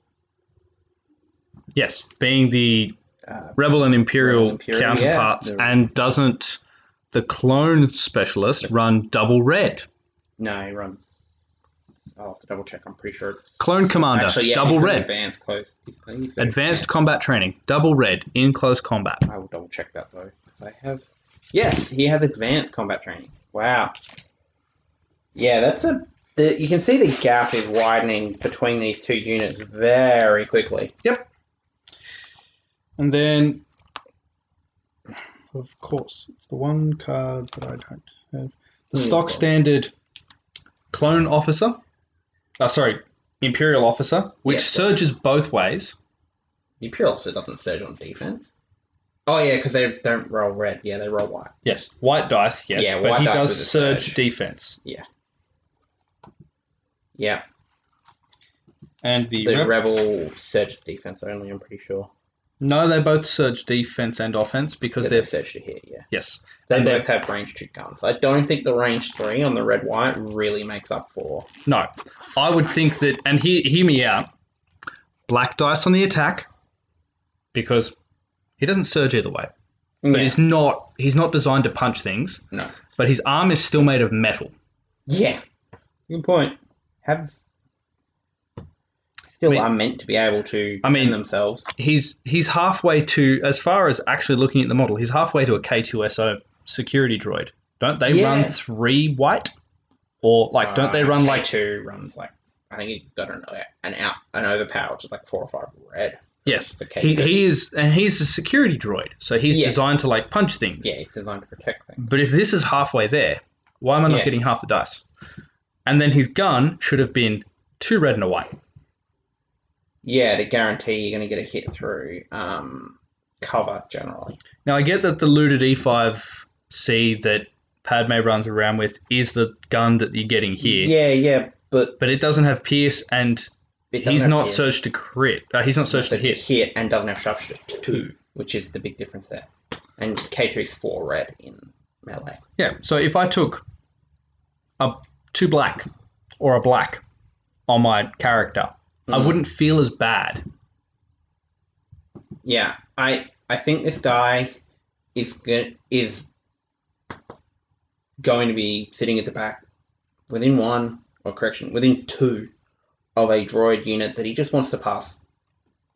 Speaker 4: Yes, being the
Speaker 3: uh,
Speaker 4: rebel and imperial,
Speaker 3: Rebel and Imperial, yeah.
Speaker 4: counterparts,
Speaker 3: The-
Speaker 4: and doesn't the clone specialist run double red?
Speaker 3: no it runs. I'll have to double check. I'm pretty sure. It's,
Speaker 4: Clone commander,
Speaker 3: yeah,
Speaker 4: double
Speaker 3: he's got
Speaker 4: red.
Speaker 3: Advanced close. he's- he's got
Speaker 4: Advanced combat training, double red in close combat.
Speaker 3: I will double check that though. 'cause I have. Yes, he has advanced combat training. Wow. Yeah, that's a. The, you can see the gap is widening between these two units very quickly.
Speaker 4: And then, of course, it's the one card that I don't have. The
Speaker 3: Yeah,
Speaker 4: stock
Speaker 3: well.
Speaker 4: standard clone officer, uh, sorry, imperial officer, which
Speaker 3: Yeah, so-
Speaker 4: surges both ways.
Speaker 3: The Imperial also doesn't surge on defense. Oh yeah, because they don't roll red. Yeah, they roll white.
Speaker 4: Yes, white dice. Yes,
Speaker 3: Yeah,
Speaker 4: but
Speaker 3: white
Speaker 4: he
Speaker 3: dice
Speaker 4: does
Speaker 3: with a
Speaker 4: surge,
Speaker 3: surge.
Speaker 4: defense,
Speaker 3: Yeah,
Speaker 4: and the,
Speaker 3: the
Speaker 4: rep-
Speaker 3: rebel surge defense only. I'm pretty sure.
Speaker 4: no, they both surge defense and offense because
Speaker 3: Yeah, they
Speaker 4: they're
Speaker 3: surge to hit. Yeah,
Speaker 4: yes,
Speaker 3: they
Speaker 4: And they're-
Speaker 3: both have range two guns. I don't think the range three on the red white really makes up for.
Speaker 4: no. I would think that, and he hear me out. Black dice on the attack because he doesn't surge either way. But
Speaker 3: Yeah.
Speaker 4: he's not he's not designed to punch things.
Speaker 3: No.
Speaker 4: But his arm is still made of metal.
Speaker 3: Yeah. Good point. Have still
Speaker 4: I mean-
Speaker 3: are meant to be able to
Speaker 4: I mean-
Speaker 3: defend themselves.
Speaker 4: He's he's halfway to as far as actually looking at the model. He's halfway to a K2SO security droid. Don't they
Speaker 3: Yeah.
Speaker 4: run three white? Or like don't they
Speaker 3: Uh,
Speaker 4: run like
Speaker 3: K2 runs like I think you've got an an out an overpower, which is like four or five red.
Speaker 4: yes?
Speaker 3: for
Speaker 4: He,
Speaker 3: K2.
Speaker 4: he is and he's a security droid, so he's
Speaker 3: Yeah.
Speaker 4: designed to like punch things.
Speaker 3: Yeah, he's designed to protect things.
Speaker 4: But if this is halfway there, why am I not
Speaker 3: Yeah.
Speaker 4: getting half the dice? And then his gun should have been two red and a white.
Speaker 3: Yeah, to guarantee you're going to get a hit through um, cover generally.
Speaker 4: Now I get that the looted E5C that Padme runs around with is the gun that you're getting here,
Speaker 3: Yeah, yeah, but
Speaker 4: but it doesn't have pierce, and
Speaker 3: it doesn't
Speaker 4: he's
Speaker 3: have
Speaker 4: not
Speaker 3: hit.
Speaker 4: searched to crit. Uh, he's not searched to
Speaker 3: Doesn't
Speaker 4: hit.
Speaker 3: hit and doesn't have sharpshooter two, which is the big difference there. And K2's four red in melee.
Speaker 4: Yeah. So if I took a two black or a black on my character, I
Speaker 3: Mhm.
Speaker 4: wouldn't feel as bad.
Speaker 3: Yeah, I I think this guy is go- is going to be sitting at the back within one or correction within two of a droid unit that he just wants to pass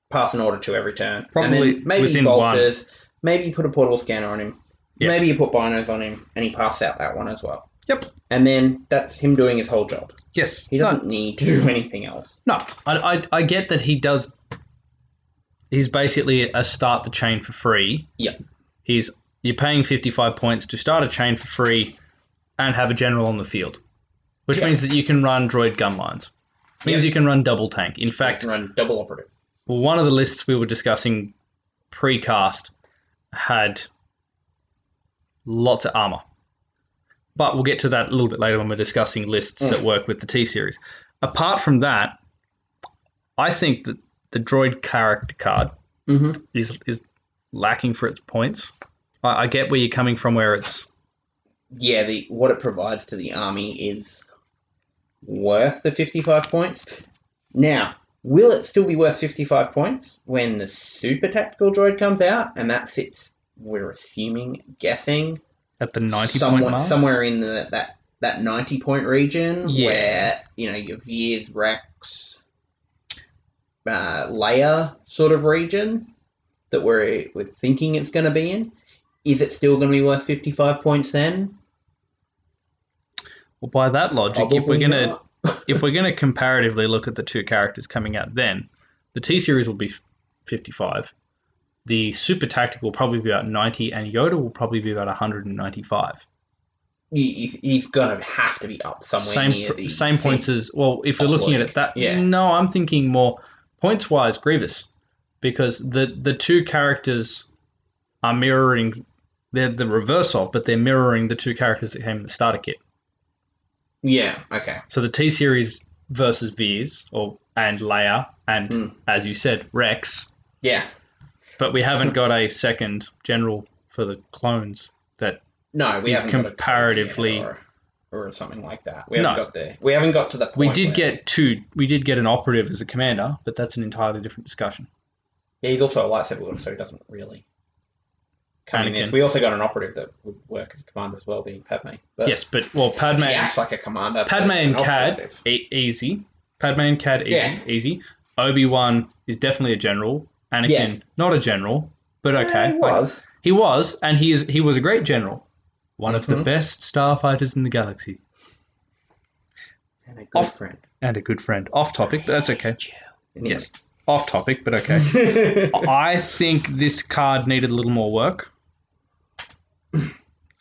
Speaker 3: pass an order to every turn. and
Speaker 4: Probably
Speaker 3: then maybe he
Speaker 4: within one.
Speaker 3: bolsters, maybe you put a portable scanner on him,
Speaker 4: Yeah.
Speaker 3: maybe you put binos on him, and he passed out that one as well.
Speaker 4: Yep.
Speaker 3: And then that's him doing his whole job.
Speaker 4: Yes.
Speaker 3: He
Speaker 4: no,
Speaker 3: doesn't need to <laughs> do anything else.
Speaker 4: no. I, I, I get that he does. He's basically a start the chain for free.
Speaker 3: Yep.
Speaker 4: He's you're paying 55 points to start a chain for free and have a general on the field, which
Speaker 3: Yeah.
Speaker 4: means that you can run droid gun lines. Means
Speaker 3: Yeah.
Speaker 4: you can run double tank. In
Speaker 3: He
Speaker 4: fact,
Speaker 3: can run double operative.
Speaker 4: Well, one of the lists we were discussing precast had lots of armor. But we'll get to that a little bit later when we're discussing lists
Speaker 3: Mm.
Speaker 4: that work with the T series. Apart from that, I think that the droid character card
Speaker 3: Mm-hmm.
Speaker 4: is is lacking for its points. I, I get where you're coming from where it's
Speaker 3: yeah, the what it provides to the army is worth the 55 points. Now, will it still be worth 55 points when the super tactical droid comes out and that sits we're assuming guessing
Speaker 4: at the 90
Speaker 3: somewhat-
Speaker 4: point mark.
Speaker 3: somewhere in the that that 90 point region
Speaker 4: Yeah.
Speaker 3: where you know your Veers Rex uh, layer sort of region that we're we're thinking it's going to be in is it still going to be worth 55 points then
Speaker 4: well, by that logic, if we're
Speaker 3: Probably
Speaker 4: going to
Speaker 3: not.
Speaker 4: if we're going to comparatively look at the two characters coming out then, the T series will be f- 55. The Super Tactic will probably be about 90, and Yoda will probably be about 195.
Speaker 3: you, you, you've got to have to be up somewhere near
Speaker 4: Same,
Speaker 3: the
Speaker 4: same points as, well, if we're looking at it that,
Speaker 3: Yeah.
Speaker 4: no, I'm thinking more points wise, Grievous, because the, the two characters are mirroring, they're the reverse of, but they're mirroring the two characters that came in the starter kit.
Speaker 3: Yeah. Okay.
Speaker 4: So the T series versus Veers, or and Leia, and
Speaker 3: Hmm.
Speaker 4: as you said, Rex.
Speaker 3: Yeah.
Speaker 4: But we haven't got a second general for the clones. That
Speaker 3: No, we
Speaker 4: He's
Speaker 3: haven't got a
Speaker 4: comparatively-
Speaker 3: target yet or, or something like that. We haven't
Speaker 4: No.
Speaker 3: got the. We haven't got to the. Point
Speaker 4: we did
Speaker 3: where-
Speaker 4: get two. We did get an operative as a commander, but that's an entirely different discussion.
Speaker 3: Yeah, he's also a lightsaber wielder, so he doesn't really. Come in
Speaker 4: Anakin.
Speaker 3: this. We also got an operative that would work as commander as well, being Padme. But
Speaker 4: yes, but well, Padme,
Speaker 3: she acts like a commander. but
Speaker 4: Padme
Speaker 3: an
Speaker 4: and Cad
Speaker 3: operative.
Speaker 4: e- easy. Padme and Cad easy.
Speaker 3: Yeah.
Speaker 4: Easy. Obi Wan is definitely a general. Anakin
Speaker 3: Yes.
Speaker 4: not a general, but okay.
Speaker 3: Yeah, he
Speaker 4: Like,
Speaker 3: was.
Speaker 4: He was, and he is. He was a great general, one of the
Speaker 3: Mhm.
Speaker 4: best starfighters in the galaxy,
Speaker 3: and a good
Speaker 4: Off-
Speaker 3: friend.
Speaker 4: and a good friend. Off topic, but that's okay.
Speaker 3: Anyway.
Speaker 4: Yes, off topic, but
Speaker 3: <laughs>
Speaker 4: okay. <laughs> I think this card needed a little more work.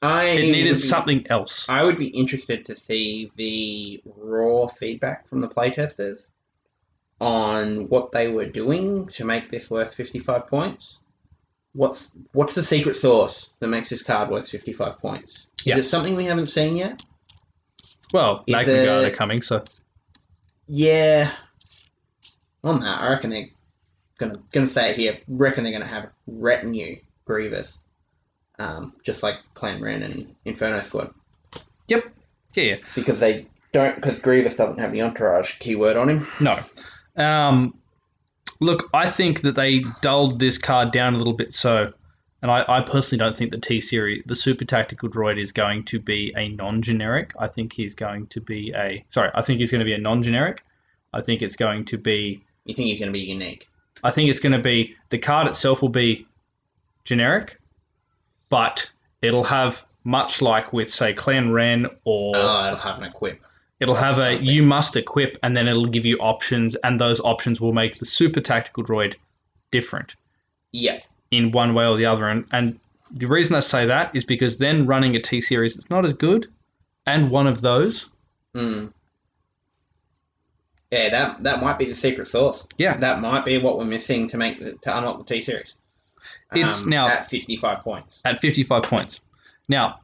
Speaker 3: I
Speaker 4: It needed
Speaker 3: would be-
Speaker 4: something else.
Speaker 3: I would be interested to see the raw feedback from the playtesters on what they were doing to make this worth 55 points. What's what's the secret sauce that makes this card worth 55 points?
Speaker 4: Yeah.
Speaker 3: Is it something we haven't seen yet?
Speaker 4: Well,
Speaker 3: Is
Speaker 4: Magna
Speaker 3: it-
Speaker 4: Guard are coming, so
Speaker 3: Yeah. On that, I reckon they're gonna gonna say it here. Reckon they're gonna have retinue Grievous, um, just like Clan Ren and Inferno Squad.
Speaker 4: yep, yeah, yeah.
Speaker 3: because they don't because Grievous doesn't have the entourage keyword on him.
Speaker 4: no. Um, look, I think that they dulled this card down a little bit. So, and I, I personally don't think the T series, the super tactical droid, is going to be a non-generic. I think he's going to be a sorry. I think he's going to be a non-generic. I think it's going to be
Speaker 3: You think he's going to be unique?
Speaker 4: I think it's going to be the card itself will be generic, but it'll have much like with say Clan Ren or
Speaker 3: Oh, it'll have an equip.
Speaker 4: it'll have a
Speaker 3: something.
Speaker 4: you must equip and then it'll give you options and those options will make the super tactical droid different
Speaker 3: Yeah,
Speaker 4: in one way or the other and and the reason I say that is because then running a T series that's not as good and one of those
Speaker 3: Mm. Yeah, that that might be the secret sauce.
Speaker 4: Yeah.
Speaker 3: that might be what we're missing to make the, to unlock the T series. Um,
Speaker 4: It's now-
Speaker 3: at fifty five points.
Speaker 4: at 55 points. Now,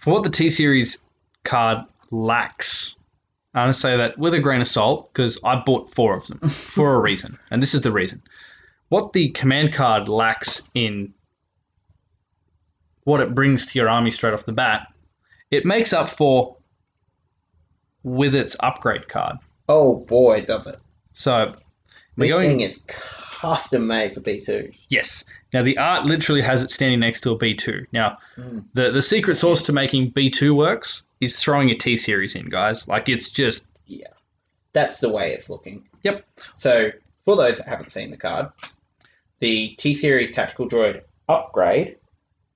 Speaker 4: for what the T Series card lacks, I'm going to say that with a grain of salt because I bought four of them for a reason, and this is the reason. What the command card lacks in what it brings to your army straight off the bat, it makes up for with its upgrade card.
Speaker 3: Oh boy, does it!
Speaker 4: So we're
Speaker 3: This
Speaker 4: going
Speaker 3: thing is custom made for B2s.
Speaker 4: yes. Now the art literally has it standing next to a B two. Now
Speaker 3: Mm.
Speaker 4: the the secret sauce to making B two works is throwing a T series in, guys. Like it's just
Speaker 3: That's the way it's looking.
Speaker 4: Yep.
Speaker 3: So, for those that haven't seen the card, the T Series Tactical Droid upgrade,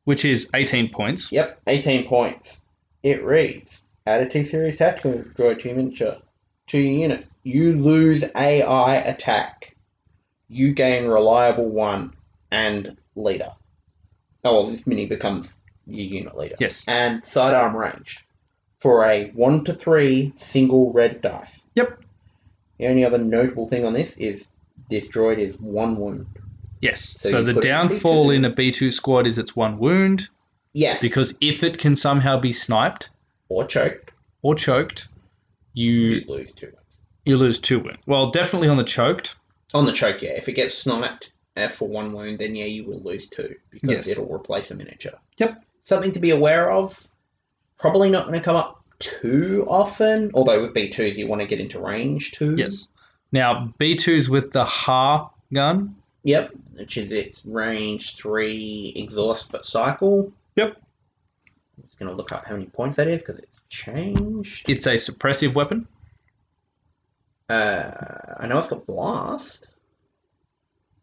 Speaker 4: which is eighteen points.
Speaker 3: yep, 18 points. It reads Add a T Series Tactical Droid to your miniature, to your unit. You lose AI attack. You gain Reliable 1 and Leader. Oh, well, this mini becomes your unit leader.
Speaker 4: Yes.
Speaker 3: and sidearm ranged for a 1 to 3 single red dice.
Speaker 4: Yep.
Speaker 3: The only other notable thing on this is this droid is 1 wound.
Speaker 4: Yes.
Speaker 3: So
Speaker 4: So,
Speaker 3: you
Speaker 4: the
Speaker 3: put
Speaker 4: downfall
Speaker 3: B2.
Speaker 4: in a B two squad is its one wound
Speaker 3: Yes.
Speaker 4: because if it can somehow be sniped
Speaker 3: or choked,
Speaker 4: or choked,
Speaker 3: you
Speaker 4: you
Speaker 3: lose 2 wounds.
Speaker 4: you lose two wounds. Well, definitely on the choked.
Speaker 3: On the choke, yeah. If it gets sniped uh, for 1 wound, then yeah, you will lose 2 because
Speaker 4: Yes.
Speaker 3: it'll replace a miniature.
Speaker 4: Yep.
Speaker 3: Something to be aware of. Probably not going to come up too often, although with B2s you want to get into range too.
Speaker 4: Yes. Now B twos with the Ha gun.
Speaker 3: Yep, which is its range three exhaust but cycle.
Speaker 4: Yep.
Speaker 3: I'm just gonna look up how many points that is because it's changed.
Speaker 4: It's a suppressive weapon.
Speaker 3: Uh, I know it's got blast.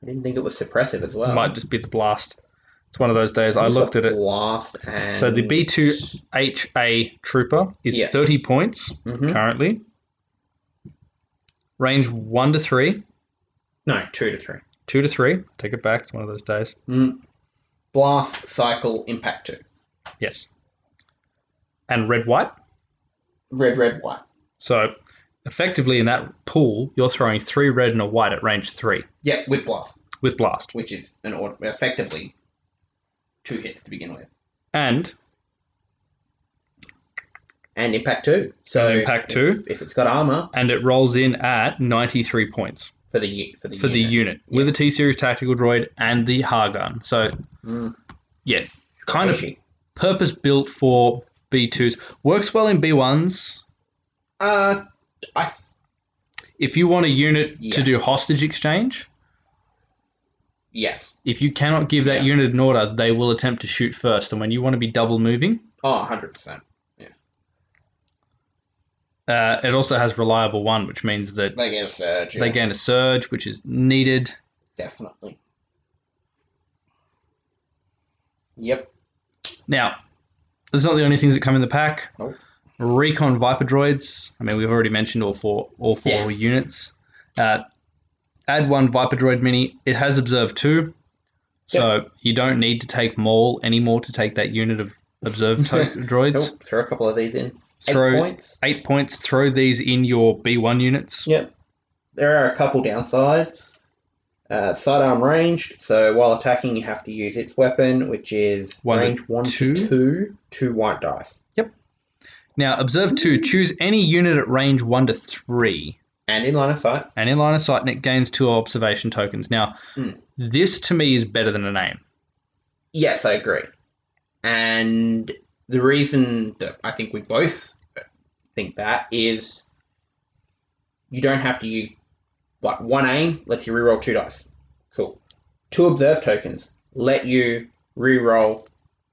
Speaker 3: I didn't think it was suppressive as well.
Speaker 4: Might just be the blast. It's one of those days. I
Speaker 3: It's got
Speaker 4: looked at it.
Speaker 3: Blast and
Speaker 4: So the B2 HA Trooper is
Speaker 3: Yeah.
Speaker 4: 30 points
Speaker 3: Mhm.
Speaker 4: currently. Range 1 to 3.
Speaker 3: No, two to three.
Speaker 4: 2 to 3. Take it back. It's one of those days.
Speaker 3: Mm. Blast cycle impact two.
Speaker 4: Yes. And red white.
Speaker 3: Red, red, white.
Speaker 4: So effectively in that pool, you're throwing three red and a white at range 3
Speaker 3: Yep, with blast,
Speaker 4: with blast.
Speaker 3: which is an order, effectively two hits to begin with,
Speaker 4: And
Speaker 3: and impact two. So
Speaker 4: impact
Speaker 3: if-
Speaker 4: two.
Speaker 3: If it's got armor,
Speaker 4: and it rolls in at 93 points
Speaker 3: for the u- for the
Speaker 4: for the
Speaker 3: unit.
Speaker 4: unit with a T series tactical droid and the Ha gun. So
Speaker 3: Mm.
Speaker 4: yeah, kind of
Speaker 3: Fishy.
Speaker 4: purpose built for B2s. Works well in B1s.
Speaker 3: Uh, I
Speaker 4: If you want a unit
Speaker 3: Yeah.
Speaker 4: to do hostage exchange,
Speaker 3: yes.
Speaker 4: if you cannot give that
Speaker 3: Yeah.
Speaker 4: unit an order, they will attempt to shoot first. And when you want to be double moving,
Speaker 3: Oh, 100 percent.
Speaker 4: uh, it also has reliable one, which means that
Speaker 3: They get a surge.
Speaker 4: they
Speaker 3: yeah,
Speaker 4: gain a surge, which is needed.
Speaker 3: definitely. Yep.
Speaker 4: Now, it's not the only things that come in the pack.
Speaker 3: Nope.
Speaker 4: Recon Viper droids. I mean, we've already mentioned all four all four
Speaker 3: Yeah.
Speaker 4: units. Uh, add one Viper droid mini. It has observe two, so you don't need to take Maul anymore to take that unit of
Speaker 3: <laughs>
Speaker 4: observe to- droids.
Speaker 3: Nope. Throw a couple of these in.
Speaker 4: Throw
Speaker 3: Eight
Speaker 4: eight,
Speaker 3: points.
Speaker 4: points. Throw these in your B one units.
Speaker 3: Yep. There are a couple downsides. Uh, sidearm ranged, so while attacking, you have to use its weapon, which is
Speaker 4: One to
Speaker 3: range one
Speaker 4: two.
Speaker 3: to two, two white dice,
Speaker 4: Now, observe two. Choose any unit at range one to three.
Speaker 3: and in line of sight.
Speaker 4: and in line of sight, and it gains two observation tokens. Now,
Speaker 3: Hmm.
Speaker 4: this to me is better than a name.
Speaker 3: Yes, I agree. And the reason that I think we both think that is you don't have to use like one aim lets you reroll two dice. Cool. Two observe tokens let you reroll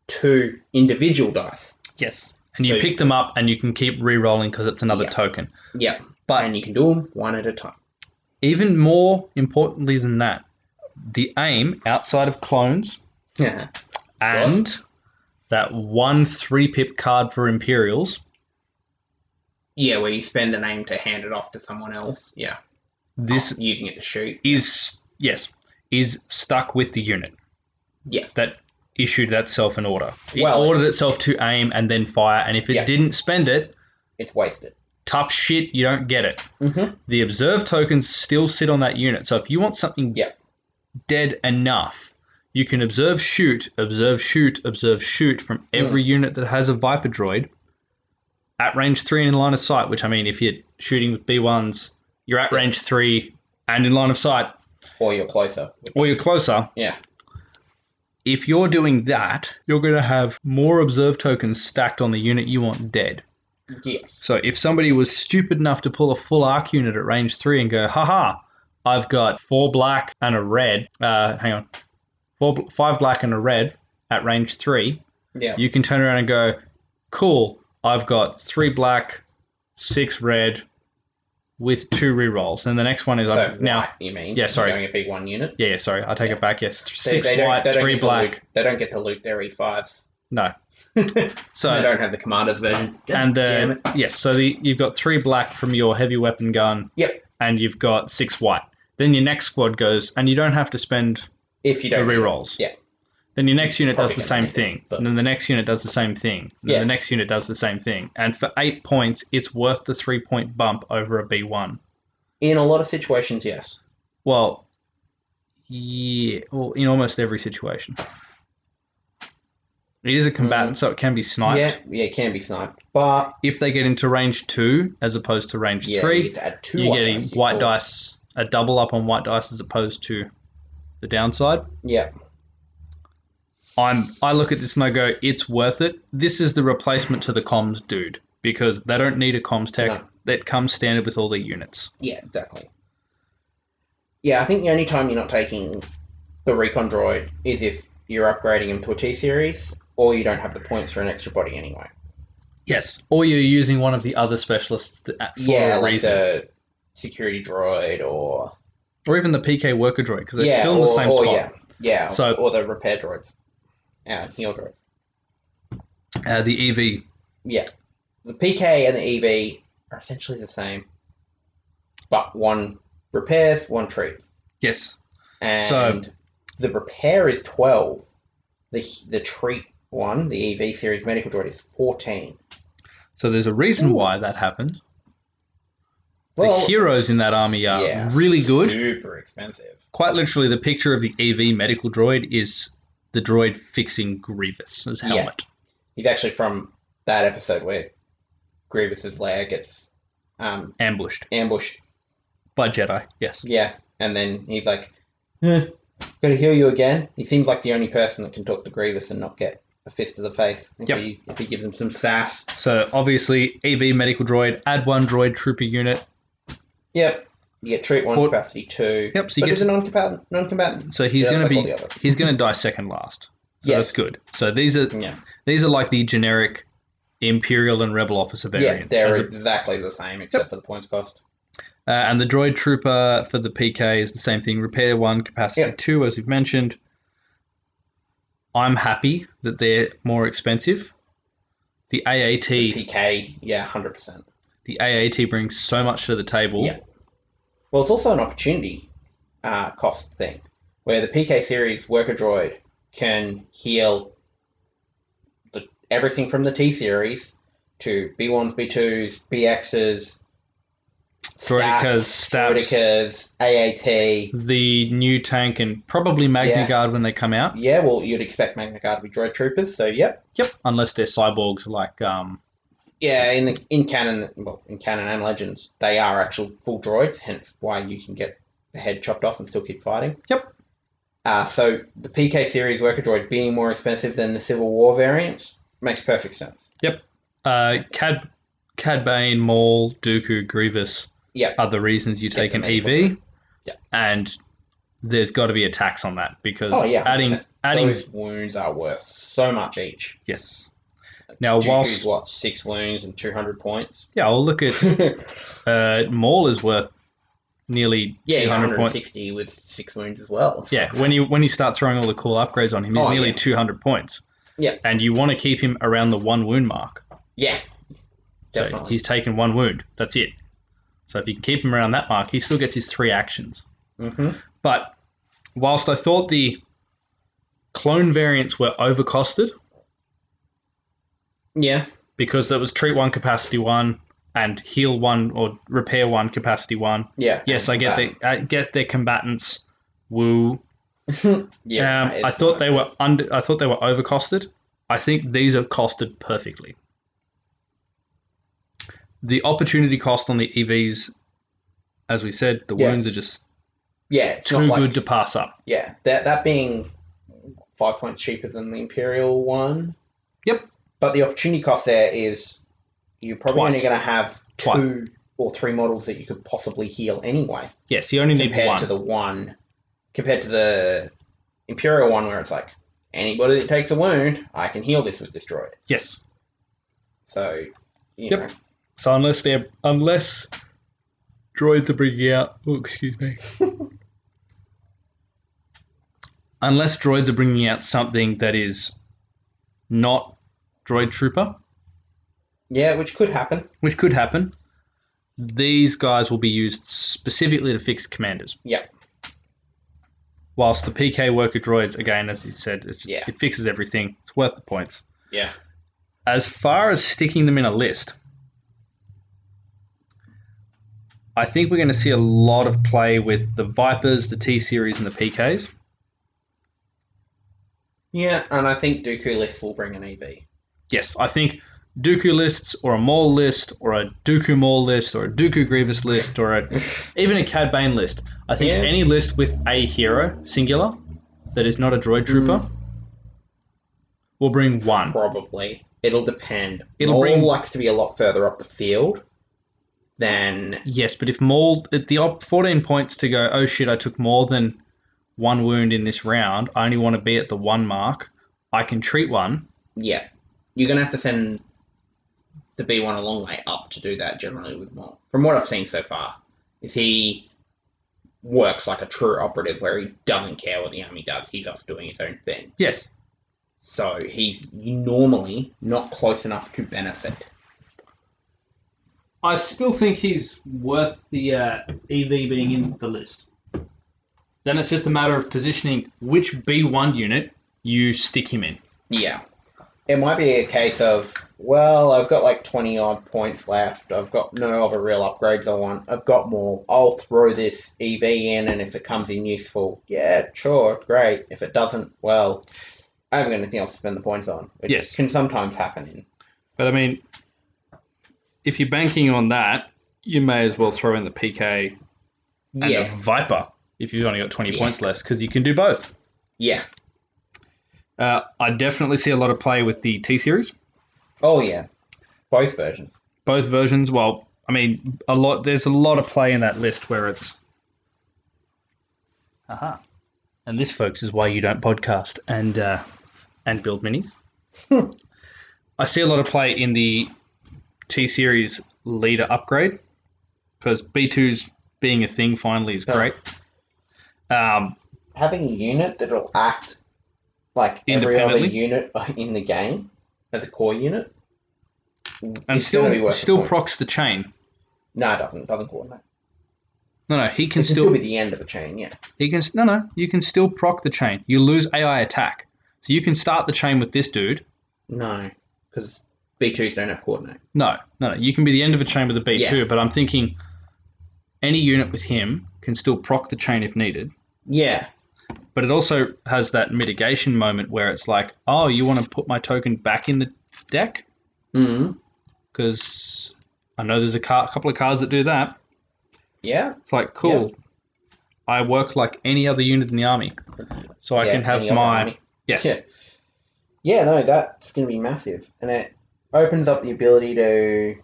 Speaker 3: two individual dice.
Speaker 4: Yes. And
Speaker 3: So
Speaker 4: you
Speaker 3: you-
Speaker 4: pick them up and you can keep re rolling because it's another
Speaker 3: Yeah.
Speaker 4: token.
Speaker 3: Yeah.
Speaker 4: But-
Speaker 3: and you can do them one at a time.
Speaker 4: Even more importantly than that, the aim outside of clones
Speaker 3: Yeah.
Speaker 4: and that one three pip card for Imperials,
Speaker 3: <laughs> Yeah, where you spend an aim to hand it off to someone else. Yeah.
Speaker 4: this
Speaker 3: using it to shoot.
Speaker 4: is, yes, is stuck with the unit
Speaker 3: Yes.
Speaker 4: that issued that self an order. It
Speaker 3: Well-
Speaker 4: ordered itself to aim and then fire. And if it
Speaker 3: Yeah.
Speaker 4: didn't spend it,
Speaker 3: It's wasted.
Speaker 4: tough shit, you don't get it.
Speaker 3: Mm-hmm.
Speaker 4: the observe tokens still sit on that unit. So if you want something
Speaker 3: Yeah.
Speaker 4: dead enough, you can observe shoot, observe shoot, observe shoot from every unit that has a Viper droid at range three and in line of sight. Which I mean, if you're shooting with B1s, you're at range three and in line of sight,
Speaker 3: Or you're closer.
Speaker 4: or you're closer.
Speaker 3: Yeah.
Speaker 4: If you're doing that, you're going to have more observe tokens stacked on the unit you want dead.
Speaker 3: Yes.
Speaker 4: So if somebody was stupid enough to pull a full arc unit at range three and go, haha, I've got four black and a red. Uh, hang on, four, bl- five black and a red at range three.
Speaker 3: Yeah.
Speaker 4: You can turn around and go, cool. I've got three black, six red, with two rerolls, and the next one is
Speaker 3: so,
Speaker 4: I've- now.
Speaker 3: white, you mean?
Speaker 4: Yeah, sorry.
Speaker 3: You're Going a big one unit.
Speaker 4: Yeah, yeah, sorry, I take it back. Yes, th-
Speaker 3: So
Speaker 4: six
Speaker 3: they don't-
Speaker 4: white,
Speaker 3: they don't
Speaker 4: three
Speaker 3: get to loot-
Speaker 4: black.
Speaker 3: They don't get to loot their E5s. <laughs>
Speaker 4: No, so
Speaker 3: they don't have the commander's version.
Speaker 4: <laughs> and
Speaker 3: Damn
Speaker 4: the
Speaker 3: it.
Speaker 4: yes, so the, you've got three black from your heavy weapon gun.
Speaker 3: Yep.
Speaker 4: And you've got six white. Then your next squad goes, and you don't have to spend
Speaker 3: if you
Speaker 4: the
Speaker 3: don't
Speaker 4: rerolls.
Speaker 3: Yeah.
Speaker 4: Then your next unit
Speaker 3: Probably
Speaker 4: does the
Speaker 3: don't
Speaker 4: same
Speaker 3: need it,
Speaker 4: thing.
Speaker 3: but-
Speaker 4: And then the next unit does the same thing. And then
Speaker 3: Yeah.
Speaker 4: the next unit does the same thing. And for eight points, it's worth the three point bump over a B one.
Speaker 3: in a lot of situations, yes.
Speaker 4: Well, yeah, well, in almost every situation. It is a combatant, so it can be sniped.
Speaker 3: Mm. Yeah, yeah, it can be sniped, but
Speaker 4: If they get into range two as opposed to range
Speaker 3: yeah,
Speaker 4: three,
Speaker 3: you get to add two
Speaker 4: you're
Speaker 3: white
Speaker 4: getting
Speaker 3: dice, you
Speaker 4: white
Speaker 3: pull-
Speaker 4: dice, a double up on white dice as opposed to the downside.
Speaker 3: Yeah,
Speaker 4: I'm I look at this and I go, it's worth it. This is the replacement to the comms dude because they don't need a comms tech
Speaker 3: No.
Speaker 4: that comes standard with all the units.
Speaker 3: yeah, exactly. Yeah, I think the only time you're not taking the recon droid is if you're upgrading him to a T series, or you don't have the points for an extra body anyway.
Speaker 4: Yes, or you're using one of the other specialists th- for
Speaker 3: yeah,
Speaker 4: a
Speaker 3: like
Speaker 4: reason,
Speaker 3: the security droid, or
Speaker 4: or even the PK worker droid because they're
Speaker 3: yeah,
Speaker 4: still in
Speaker 3: or,
Speaker 4: the same
Speaker 3: or
Speaker 4: spot.
Speaker 3: yeah, yeah,
Speaker 4: So-
Speaker 3: or the repair droids, and heal droids.
Speaker 4: Uh, the EV,
Speaker 3: Yeah, the PK and the EV are essentially the same, but one repairs, one treats.
Speaker 4: yes,
Speaker 3: And the repair is 12. The the treat one, the EV series medical droid is 14.
Speaker 4: So there's a reason
Speaker 3: Ooh.
Speaker 4: why that happened.
Speaker 3: Well,
Speaker 4: the heroes in that army are
Speaker 3: yeah.
Speaker 4: really good.
Speaker 3: super expensive.
Speaker 4: Quite literally, the picture of the EV medical droid is the droid fixing Grievous's
Speaker 3: Yeah.
Speaker 4: helmet.
Speaker 3: He's actually from that episode where Grievous's lair gets um,
Speaker 4: Ambushed
Speaker 3: ambushed.
Speaker 4: by Jedi. Yes.
Speaker 3: Yeah, and then he's like, eh, "Got to heal you again." He seems like the only person that can talk to Grievous and not get a fist to the face if,
Speaker 4: Yep.
Speaker 3: he, if he gives him some sass.
Speaker 4: So obviously, EV medical droid, add one droid trooper unit.
Speaker 3: Yep. You get treat one
Speaker 4: For-
Speaker 3: capacity two.
Speaker 4: Yep, so you
Speaker 3: but
Speaker 4: get
Speaker 3: he's a non-combatant. Non-combatant.
Speaker 4: So he's
Speaker 3: Yeah,
Speaker 4: going
Speaker 3: like all
Speaker 4: to
Speaker 3: the
Speaker 4: be
Speaker 3: others.
Speaker 4: he's going to die second
Speaker 3: <laughs>
Speaker 4: last. So
Speaker 3: Yes.
Speaker 4: that's good. So these are
Speaker 3: Yeah,
Speaker 4: these are like the generic Imperial and Rebel officer
Speaker 3: yeah,
Speaker 4: variants.
Speaker 3: they're
Speaker 4: as a-
Speaker 3: exactly the same except for the points cost.
Speaker 4: uh, and the droid trooper for the PK is the same thing. Repair one, capacity
Speaker 3: Yep.
Speaker 4: two, as we've mentioned. I'm happy that they're more expensive. The AAT, the,
Speaker 3: PK, yeah, hundred percent.
Speaker 4: AAT brings so much to the table.
Speaker 3: Yeah. Well, it's also an opportunity uh, cost thing where the PK series worker droid can heal the, everything from the T series to B1s, B2s, BXs,
Speaker 4: Droidicas,
Speaker 3: stats,
Speaker 4: stabs. Hmm.
Speaker 3: droidicas, AAT.
Speaker 4: The new tank and probably Magna
Speaker 3: Yeah.
Speaker 4: Guard when they come out.
Speaker 3: Yeah, well, you'd expect Magna Guard to be droid troopers, so yep.
Speaker 4: Yep. Unless they're cyborgs like um
Speaker 3: Yeah, in the in canon, well, in canon and legends, they are actual full droids. Hence, why you can get the head chopped off and still keep fighting.
Speaker 4: Yep.
Speaker 3: Uh, so the PK series worker droid being more expensive than the Civil War variants makes perfect sense.
Speaker 4: uh Cad Cad Bane, Maul, Dooku, Grievous
Speaker 3: Yep.
Speaker 4: are the reasons you take
Speaker 3: the
Speaker 4: an
Speaker 3: medical
Speaker 4: EV.
Speaker 3: Yeah.
Speaker 4: And there's got to be a tax on that because
Speaker 3: Oh, yeah,
Speaker 4: adding
Speaker 3: 100%.
Speaker 4: adding
Speaker 3: Those wounds are worth so much each.
Speaker 4: yes.
Speaker 3: Uh,
Speaker 4: Now
Speaker 3: Dooku's
Speaker 4: Uh, whilst
Speaker 3: what six wounds and two hundred points. <laughs>
Speaker 4: yeah, I'll look at
Speaker 3: yeah,
Speaker 4: uh Maul is worth nearly
Speaker 3: one
Speaker 4: 200
Speaker 3: hundred
Speaker 4: points.
Speaker 3: sixty with six wounds as well.
Speaker 4: Yeah, when you when you start throwing all the cool upgrades on him, he's
Speaker 3: Oh,
Speaker 4: nearly
Speaker 3: yeah.
Speaker 4: 200 points.
Speaker 3: Yeah.
Speaker 4: And you want to keep him around the one wound mark.
Speaker 3: yeah,
Speaker 4: So
Speaker 3: definitely.
Speaker 4: he's taken one wound. That's it. So if you can keep him around that mark, he still gets his three actions.
Speaker 3: hmm
Speaker 4: But whilst I thought the clone variants were overcosted
Speaker 3: Yeah,
Speaker 4: because there was treat one capacity one and heal one or repair one capacity one.
Speaker 3: yeah. Uh,
Speaker 4: Yes, I get
Speaker 3: that.
Speaker 4: the I get their combatants. Woo.
Speaker 3: yeah,
Speaker 4: um, I
Speaker 3: it's
Speaker 4: thought
Speaker 3: nice.
Speaker 4: they were under. I thought they were overcosted. I think these are costed perfectly. The opportunity cost on the EVs, as we said, the
Speaker 3: Yeah.
Speaker 4: wounds are just
Speaker 3: Yeah, it's
Speaker 4: too
Speaker 3: not like,
Speaker 4: good to pass up.
Speaker 3: Yeah, that that being five points cheaper than the Imperial one.
Speaker 4: Yep.
Speaker 3: But the opportunity cost there is you're probably
Speaker 4: Twice.
Speaker 3: only going to have two
Speaker 4: Twice.
Speaker 3: or three models that you could possibly heal anyway,
Speaker 4: Yes, you only need
Speaker 3: compared
Speaker 4: one.
Speaker 3: to the one, compared to the Imperial one where it's like anybody that takes a wound, I can heal this with this droid.
Speaker 4: yes.
Speaker 3: So, you
Speaker 4: Yep.
Speaker 3: know,
Speaker 4: So unless they're unless droids are bringing out, oh excuse me, <laughs> unless droids are bringing out something that is not droid trooper,
Speaker 3: yeah, which could happen.
Speaker 4: which could happen, these guys will be used specifically to fix commanders.
Speaker 3: Yep.
Speaker 4: Whilst the PK worker droids, again, as you said, it's,
Speaker 3: Yeah.
Speaker 4: it fixes everything. It's worth the points.
Speaker 3: Yeah.
Speaker 4: As far as sticking them in a list, I think we're going to see a lot of play with the Vipers, the T series, and the PKs.
Speaker 3: Yeah, and I think Dooku list will bring an E EV.
Speaker 4: Yes, I think Dooku lists or a Maul list or a Dooku Maul list or a Dooku Grievous list or a, even a Cad Bane list. I think
Speaker 3: Yeah.
Speaker 4: any list with a hero singular that is not a droid trooper will bring one.
Speaker 3: Probably. It'll depend.
Speaker 4: It'll
Speaker 3: Maul
Speaker 4: bring-
Speaker 3: likes to be a lot further up the field than
Speaker 4: Yes, but if Maul at the op, 14 points to go, oh shit, I took more than one wound in this round. I only want to be at the one mark. I can treat one.
Speaker 3: yeah. You're gonna have to send the B one a long way up to do that generally with Maul. From what I've seen so far, is he works like a true operative where he doesn't care what the army does, he's off doing his own thing.
Speaker 4: Yes.
Speaker 3: So he's normally not close enough to benefit.
Speaker 4: I still think he's worth the uh, EV being in the list. Then it's just a matter of positioning which B1 unit you stick him in.
Speaker 3: Yeah. It might be a case of, well, I've got like 20 odd points left. I've got no other real upgrades I want. I've got more. I'll throw this EV in, and if it comes in useful, yeah, sure, great. If it doesn't, well, I haven't got anything else to spend the points on, which
Speaker 4: Yes.
Speaker 3: can sometimes happen in.
Speaker 4: But I mean, if you're banking on that, you may as well throw in the PK and
Speaker 3: Yeah.
Speaker 4: the Viper if you've only got 20
Speaker 3: Yeah.
Speaker 4: points less because you can do both.
Speaker 3: Yeah.
Speaker 4: Uh, I definitely see a lot of play with the T series,
Speaker 3: Oh, yeah. Both versions.
Speaker 4: both versions. Well, I mean, a lot. There's a lot of play in that list where it's. Aha. And this, folks, is why you don't podcast and uh, and build minis. <laughs> I see a lot of play in the T series leader upgrade because B2's being a thing finally is
Speaker 3: Yeah.
Speaker 4: great. Um,
Speaker 3: Having a unit that'll act like every other
Speaker 4: Independently?
Speaker 3: unit <laughs> in the game as a core unit.
Speaker 4: and
Speaker 3: is gonna be
Speaker 4: still
Speaker 3: worth the
Speaker 4: still
Speaker 3: point.
Speaker 4: procs the chain.
Speaker 3: No, it doesn't. Doesn't coordinate.
Speaker 4: No, no, he can
Speaker 3: It can
Speaker 4: still
Speaker 3: still be the end of a chain, yeah.
Speaker 4: You can no no. You can still proc the chain. You lose AI attack, so you can start the chain with this dude.
Speaker 3: No, because B2s don't have coordinate.
Speaker 4: No, no, no. You can be the end of a chain with a B two.
Speaker 3: Yeah.
Speaker 4: But I'm thinking, any unit with him can still proc the chain if needed.
Speaker 3: Yeah.
Speaker 4: But it also has that mitigation moment where it's like, oh, you want to put my token back in the deck
Speaker 3: Mm-hmm.
Speaker 4: because I know there's a car, couple of cards that do that.
Speaker 3: Yeah.
Speaker 4: It's like cool. I work like any other unit in the army, so I
Speaker 3: Yeah,
Speaker 4: can have
Speaker 3: any other
Speaker 4: my
Speaker 3: army.
Speaker 4: yes.
Speaker 3: Yeah. Yeah, no, that's going to be massive. And it opens up the ability to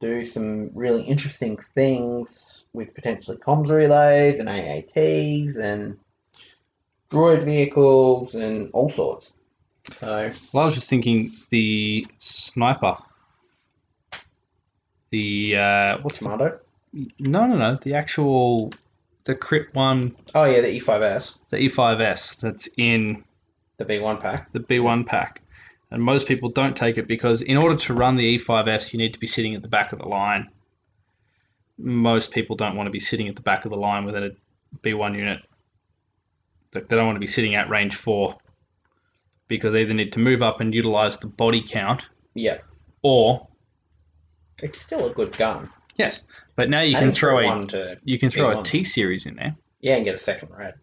Speaker 3: do some really interesting things with potentially comms relays and AATs and droid vehicles and all sorts. So,
Speaker 4: Well, I was just thinking the sniper. The uh, what's the
Speaker 3: tomato.
Speaker 4: no no no the actual the crit one
Speaker 3: Oh, yeah, the E5S,
Speaker 4: the E5S that's in
Speaker 3: the B1 pack.
Speaker 4: the B1 pack, and most people don't take it because in order to run the E5S you need to be sitting at the back of the line. Most people don't want to be sitting at the back of the line within a B1 unit. Like, They don't want to be sitting at range four because they either need to move up and utilize the body count
Speaker 3: Yeah.
Speaker 4: or
Speaker 3: It's still a good gun.
Speaker 4: Yes, but now you
Speaker 3: I
Speaker 4: can
Speaker 3: think
Speaker 4: throw a
Speaker 3: one to
Speaker 4: you can throw a
Speaker 3: B1.
Speaker 4: T series in there.
Speaker 3: yeah and get a second red.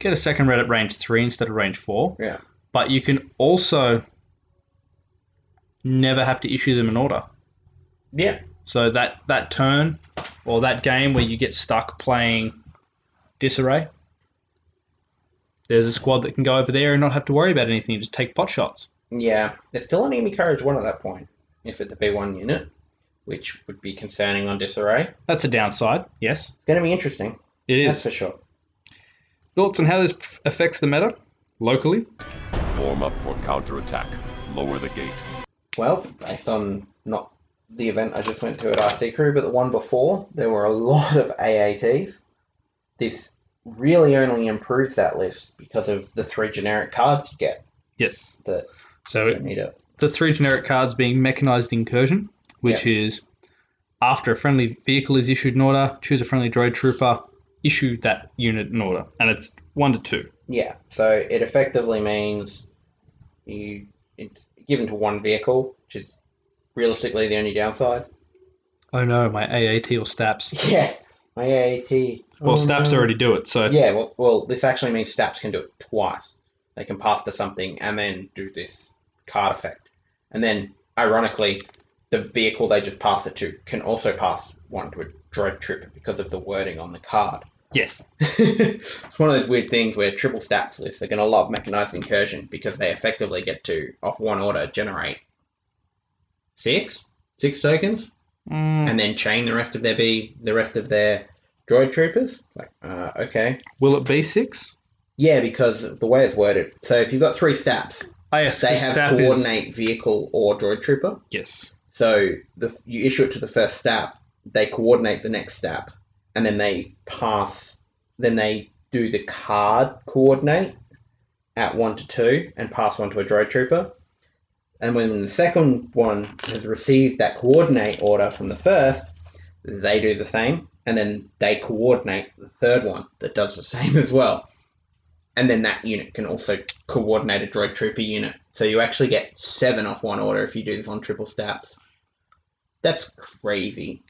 Speaker 4: Get a second red at range three instead of range four.
Speaker 3: Yeah.
Speaker 4: But you can also never have to issue them an order.
Speaker 3: Yeah,
Speaker 4: So that that turn or that game where you get stuck playing disarray, there's a squad that can go over there and not have to worry about anything. Just take pot shots.
Speaker 3: Yeah, there's still an enemy courage one at that point, if it's a B1 unit, which would be concerning on disarray.
Speaker 4: That's a downside. Yes,
Speaker 3: It's going to be interesting,
Speaker 4: it
Speaker 3: that's
Speaker 4: is.
Speaker 3: for sure.
Speaker 4: Thoughts on how this p- affects the meta locally?
Speaker 5: Form up for counterattack. Lower the gate.
Speaker 3: Well, based on not the event I just went to at RC Crew, but the one before, there were a lot of AATs. This really only improved that list because of the three generic cards you get
Speaker 4: Yes.
Speaker 3: that
Speaker 4: So
Speaker 3: don't need it.
Speaker 4: the three generic cards being mechanized incursion, which is after a friendly vehicle is issued an order, choose a friendly droid trooper, issue that unit an order, and it's one to two.
Speaker 3: Yeah, so it effectively means you it's given to one vehicle, which is realistically the only downside.
Speaker 4: Oh no, my AAT or Staps.
Speaker 3: <laughs> Yeah, my AAT.
Speaker 4: Well,
Speaker 3: Oh,
Speaker 4: Staps
Speaker 3: no.
Speaker 4: already do it, so
Speaker 3: Yeah, well, well, this actually means Staps can do it twice. They can pass to something and then do this card effect. And then, ironically, the vehicle they just passed it to can also pass one to a droid trooper because of the wording on the card.
Speaker 4: yes,
Speaker 3: it's one of those weird things where triple Staps lists are going to love Mechanized Incursion because they effectively get to, off one order, generate six, six tokens,
Speaker 4: Mm,
Speaker 3: and then chain the rest of their B, the rest of their droid troopers. Like, uh, okay.
Speaker 4: will it be six?
Speaker 3: Yeah, because of the way it's worded. So if you've got three staps,
Speaker 4: Oh, yes,
Speaker 3: they
Speaker 4: the
Speaker 3: have
Speaker 4: stab is-
Speaker 3: coordinate vehicle or droid trooper.
Speaker 4: Yes,
Speaker 3: So the, you issue it to the first stap, they coordinate the next stap, and then they pass. Then they do the card coordinate at one to two and pass one to a droid trooper. And when the second one has received that coordinate order from the first, they do the same, and then they coordinate the third one that does the <laughs> same as well. And then that unit can also coordinate a droid trooper unit. So you actually get seven off one order if you do this on triple staps. That's crazy.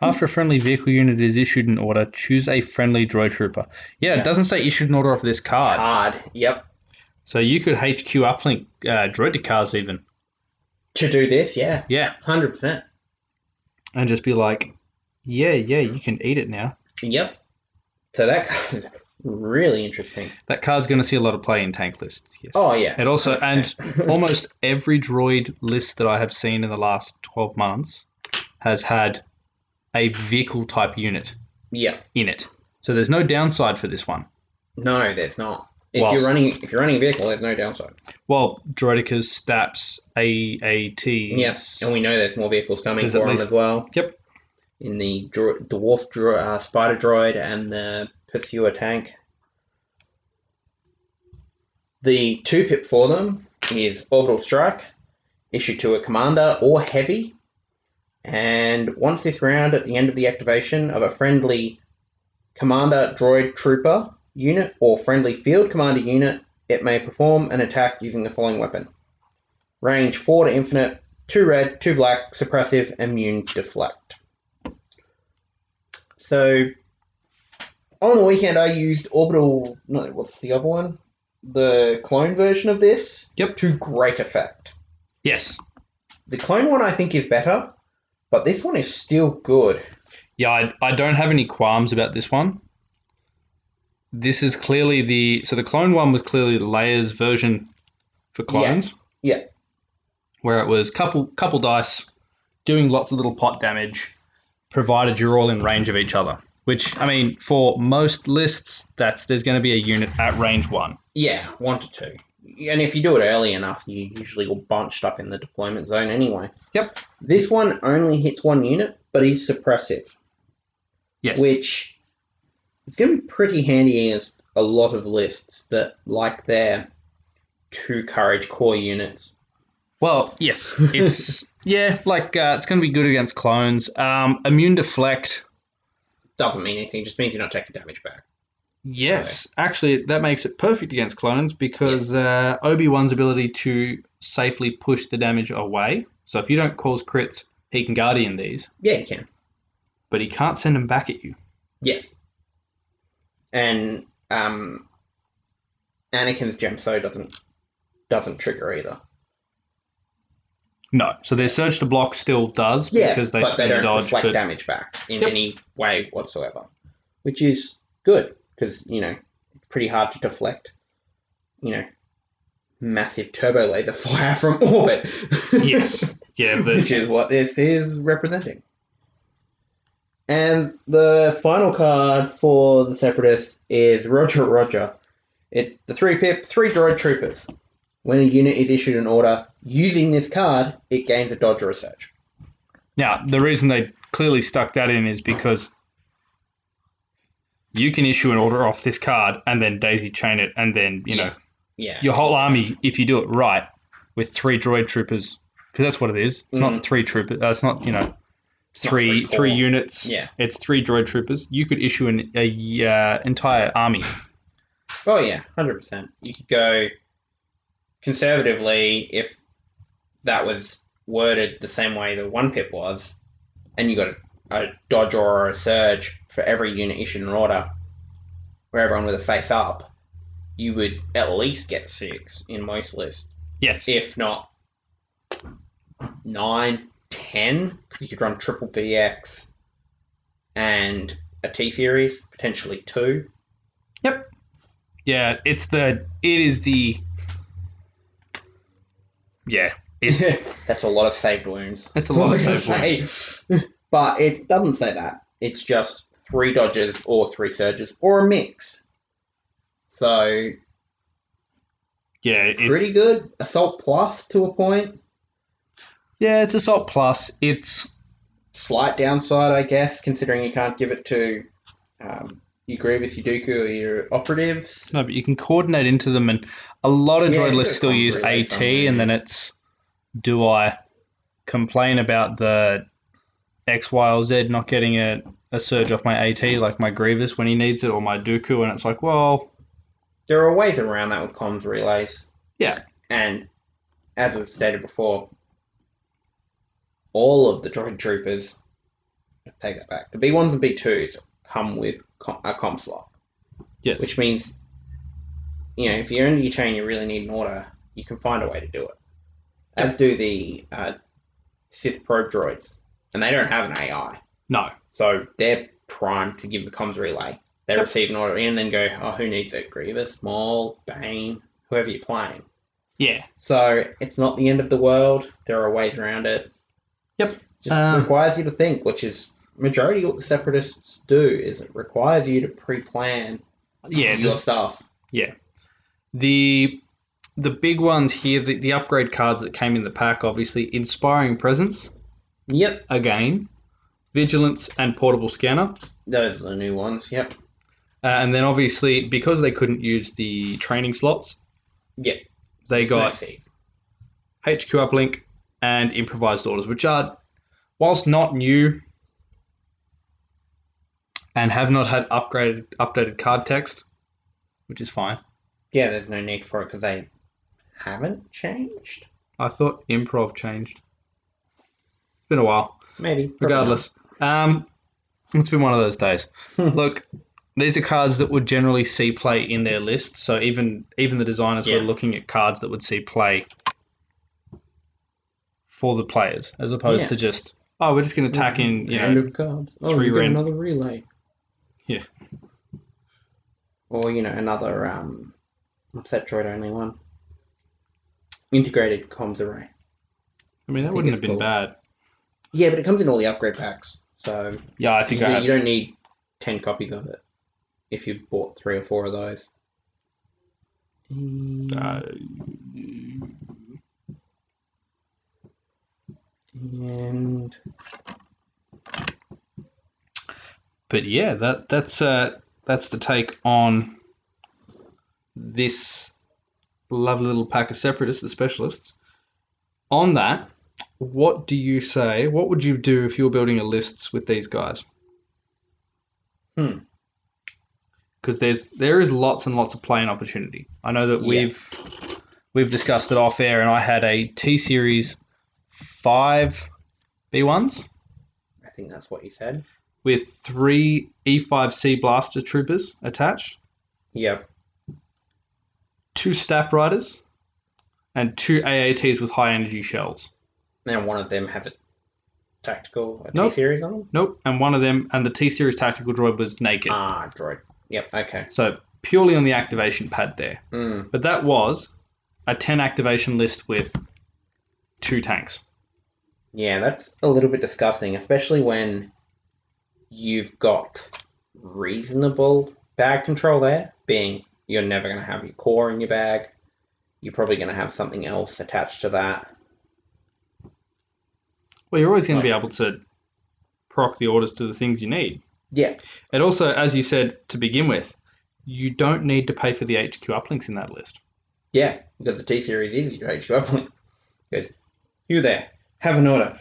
Speaker 4: After a friendly vehicle unit is issued an order, choose a friendly droid trooper. Yeah,
Speaker 3: Yeah.
Speaker 4: it doesn't say issued an order off this card.
Speaker 3: Hard. Yep.
Speaker 4: So you could HQ uplink uh, droid to cars even.
Speaker 3: To do this, yeah.
Speaker 4: Yeah.
Speaker 3: 100%.
Speaker 4: And just be like, yeah, yeah, you can eat it now.
Speaker 3: Yep. So that <laughs> card is really interesting.
Speaker 4: That card's going to see a lot of play in tank lists. Yes.
Speaker 3: Oh, yeah.
Speaker 4: It also,
Speaker 3: <laughs>
Speaker 4: and
Speaker 3: 100%.
Speaker 4: almost every droid list that I have seen in the last 12 months has had a vehicle type unit
Speaker 3: Yep.
Speaker 4: in it. So there's no downside for this one.
Speaker 3: No, there's not. If
Speaker 4: Whilst-
Speaker 3: you're running if you're running a vehicle, there's no downside.
Speaker 4: Well, droidicas, staps, AATs.
Speaker 3: Yeah, and we know there's more vehicles coming
Speaker 4: There's
Speaker 3: for
Speaker 4: at
Speaker 3: them
Speaker 4: least-
Speaker 3: as well.
Speaker 4: Yep.
Speaker 3: In the dro- dwarf dro- uh, spider droid and the pursuer tank. The two pip for them is orbital strike, issue to a commander or heavy. And once this round, at the end of the activation of a friendly commander droid trooper unit or friendly field commander unit, it may perform an attack using the following weapon. Range 4 to infinite, 2 red, 2 black, suppressive, immune, deflect. So, on the weekend I used Orbital, no, what's the other one? The clone version of this.
Speaker 4: Yep.
Speaker 3: To great effect.
Speaker 4: Yes.
Speaker 3: The clone one I think is better, but this one is still good.
Speaker 4: Yeah, I, I don't have any qualms about this one. This is clearly the so the clone one was clearly the layers version for clones.
Speaker 3: Yeah.
Speaker 4: Where it was couple couple dice, doing lots of little pot damage, provided you're all in range of each other. Which I mean, for most lists, that's there's going to be a unit at range one.
Speaker 3: Yeah, one to two. And if you do it early enough, you usually all bunched up in the deployment zone anyway.
Speaker 4: Yep.
Speaker 3: This one only hits one unit, but is suppressive.
Speaker 4: Yes.
Speaker 3: which is going to be pretty handy against a lot of lists that like their two courage core units. <laughs>
Speaker 4: Well, yes, it's yeah, like uh, it's going to be good against clones. Um, immune deflect.
Speaker 3: Doesn't mean anything; just means you're not taking damage back.
Speaker 4: Yes, actually, that makes it perfect against clones because uh, Obi Wan's ability to safely push the damage away. So if you don't cause crits, he can guardian these,
Speaker 3: Yeah, you can.
Speaker 4: but he can't send them back at you.
Speaker 3: Yes. And um, Anakin's gem so doesn't doesn't trigger either.
Speaker 4: No, so their search to block still does
Speaker 3: Yeah,
Speaker 4: because they
Speaker 3: but they
Speaker 4: spend a
Speaker 3: don't
Speaker 4: dodge.
Speaker 3: reflect
Speaker 4: But
Speaker 3: <laughs> damage back in
Speaker 4: Yep.
Speaker 3: any way whatsoever, which is good because you know it's pretty hard to deflect. you know, massive turbo laser <laughs> fire from orbit. <laughs>
Speaker 4: yes. Yeah.
Speaker 3: which <laughs>
Speaker 4: The,
Speaker 3: is what this is representing. And the final card for the Separatists is Roger Roger. It's the three pip, three droid troopers. When a unit is issued an order using this card, it gains a dodge research.
Speaker 4: now, the reason they clearly stuck that in is because you can issue an order off this card and then daisy chain it, and then, you know,
Speaker 3: Yeah.
Speaker 4: your whole army, if you do it right, with three droid troopers, because that's what it is. It's
Speaker 3: Mhm.
Speaker 4: not three troopers. Uh, it's not you know, three
Speaker 3: three
Speaker 4: three,
Speaker 3: core.
Speaker 4: units.
Speaker 3: Yeah.
Speaker 4: It's three droid troopers. You could issue an a, uh, entire
Speaker 3: <laughs>
Speaker 4: army.
Speaker 3: Oh yeah, hundred percent. You could go conservatively if that was worded the same way the one pip was, and you got a, a dodge or a surge for every unit issued an order, where everyone with a face up, you would at least get six in most lists,
Speaker 4: Yes.
Speaker 3: if not nine, ten, because you could run triple BX and a T series, potentially two.
Speaker 4: Yeah. It's the it is the. Yeah.
Speaker 3: <laughs>
Speaker 4: It's
Speaker 3: That's a lot of saved wounds.
Speaker 4: That's a lot of saved
Speaker 3: wounds. But it doesn't say that. It's just three dodges or three surges or a mix. So
Speaker 4: yeah. It's
Speaker 3: pretty good. Assault plus to a point.
Speaker 4: yeah. It's assault plus. It's
Speaker 3: Slight downside, I guess, considering you can't give it to um, your Grievous, your Dooku, or your operatives.
Speaker 4: no, but you can coordinate into them, and a lot of
Speaker 3: Yeah,
Speaker 4: droid
Speaker 3: it's
Speaker 4: lists
Speaker 3: got
Speaker 4: still
Speaker 3: some
Speaker 4: use
Speaker 3: relay
Speaker 4: AT,
Speaker 3: somewhere,
Speaker 4: and
Speaker 3: yeah.
Speaker 4: then it's do I complain about the X, Y, or Z not getting a, a surge off my AT, like my Grievous when he needs it, or my Dooku, and it's like, well,
Speaker 3: There are ways around that with comms relays.
Speaker 4: Yeah.
Speaker 3: And as we've stated before, all of the droid troopers, take that back, the B1s and B2s come with com- a comm slot,
Speaker 4: yes,
Speaker 3: which means, you know, if you're in your chain, you really need an order, you can find a way to do it. As do the uh, Sith probe droids, and they don't have an AI.
Speaker 4: no,
Speaker 3: So they're primed to give the comms relay. They receive an order in, then go, oh, who needs it? Grievous, Maul, Bane, whoever you're playing.
Speaker 4: yeah,
Speaker 3: So it's not the end of the world. There are ways around it.
Speaker 4: Yep.
Speaker 3: Just
Speaker 4: Um,
Speaker 3: requires you to think, which is majority what the separatists do is it requires you to pre-plan
Speaker 4: yeah.
Speaker 3: your
Speaker 4: there's-
Speaker 3: stuff.
Speaker 4: the the big ones here, the, the upgrade cards that came in the pack, obviously, inspiring presence
Speaker 3: Yep,
Speaker 4: again, vigilance and portable scanner.
Speaker 3: those are the new ones. Yep.
Speaker 4: Uh, and then obviously, because they couldn't use the training slots,
Speaker 3: Yeah.
Speaker 4: they got
Speaker 3: Nice seeds.
Speaker 4: HQ uplink and improvised orders, which are, whilst not new and have not had upgraded updated card text, which is fine.
Speaker 3: Yeah, there's no need for it because they haven't changed.
Speaker 4: I thought improv changed. It's been a while.
Speaker 3: Maybe. probably not.
Speaker 4: regardless. Um, it's been one of those
Speaker 3: <laughs>
Speaker 4: days. Look, these are cards that would generally see play in their list. So even even the designers
Speaker 3: Yeah.
Speaker 4: were looking at cards that would see play for the players, as opposed
Speaker 3: Yeah. Mm-hmm.
Speaker 4: to just oh, we're just going to tack in you
Speaker 3: Random
Speaker 4: know
Speaker 3: cards. Oh,
Speaker 4: three
Speaker 3: we got
Speaker 4: ran-
Speaker 3: another relay.
Speaker 4: Yeah.
Speaker 3: Or you know another um, what's that droid only one? Integrated comms array.
Speaker 4: I mean that
Speaker 3: think
Speaker 4: wouldn't
Speaker 3: it's
Speaker 4: have been
Speaker 3: cool.
Speaker 4: bad.
Speaker 3: Yeah, but it comes in all the upgrade packs, so
Speaker 4: Yeah, I
Speaker 3: you,
Speaker 4: think I
Speaker 3: don't,
Speaker 4: had,
Speaker 3: you don't need ten copies of it if you've bought three or four of those.
Speaker 4: uh,
Speaker 3: And
Speaker 4: but yeah, that that's uh that's the take on this lovely little pack of separatists, the specialists. On that, what do you say? What would you do if you were building a lists with these guys?
Speaker 3: Hmm.
Speaker 4: Because there's there is lots and lots of playing opportunity. I know that
Speaker 3: Yeah.
Speaker 4: we've we've discussed it off air, and I had a T series five B ones
Speaker 3: I think that's what you said.
Speaker 4: with three E5C blaster troopers attached,
Speaker 3: Yep.
Speaker 4: two Stap Riders, and two AATs with high energy shells.
Speaker 3: And one of them has a tactical a
Speaker 4: Nope.
Speaker 3: series on them.
Speaker 4: Nope, and one of them, and the T Series tactical droid was naked.
Speaker 3: Ah, droid. Yep. Okay.
Speaker 4: So purely on the activation pad there.
Speaker 3: Mm.
Speaker 4: But that was a 10 activation list with two tanks.
Speaker 3: Yeah, that's a little bit disgusting, especially when you've got reasonable bag control there, being you're never going to have your core in your bag. You're probably going to have something else attached to that.
Speaker 4: Well, you're always going
Speaker 3: Right.
Speaker 4: to be able to proc the orders to the things you need.
Speaker 3: Yeah.
Speaker 4: And also, as you said to begin with, you don't need to pay for the HQ uplinks in that list.
Speaker 3: Yeah, because the T series is your HQ uplink. Goes, you there, have an order.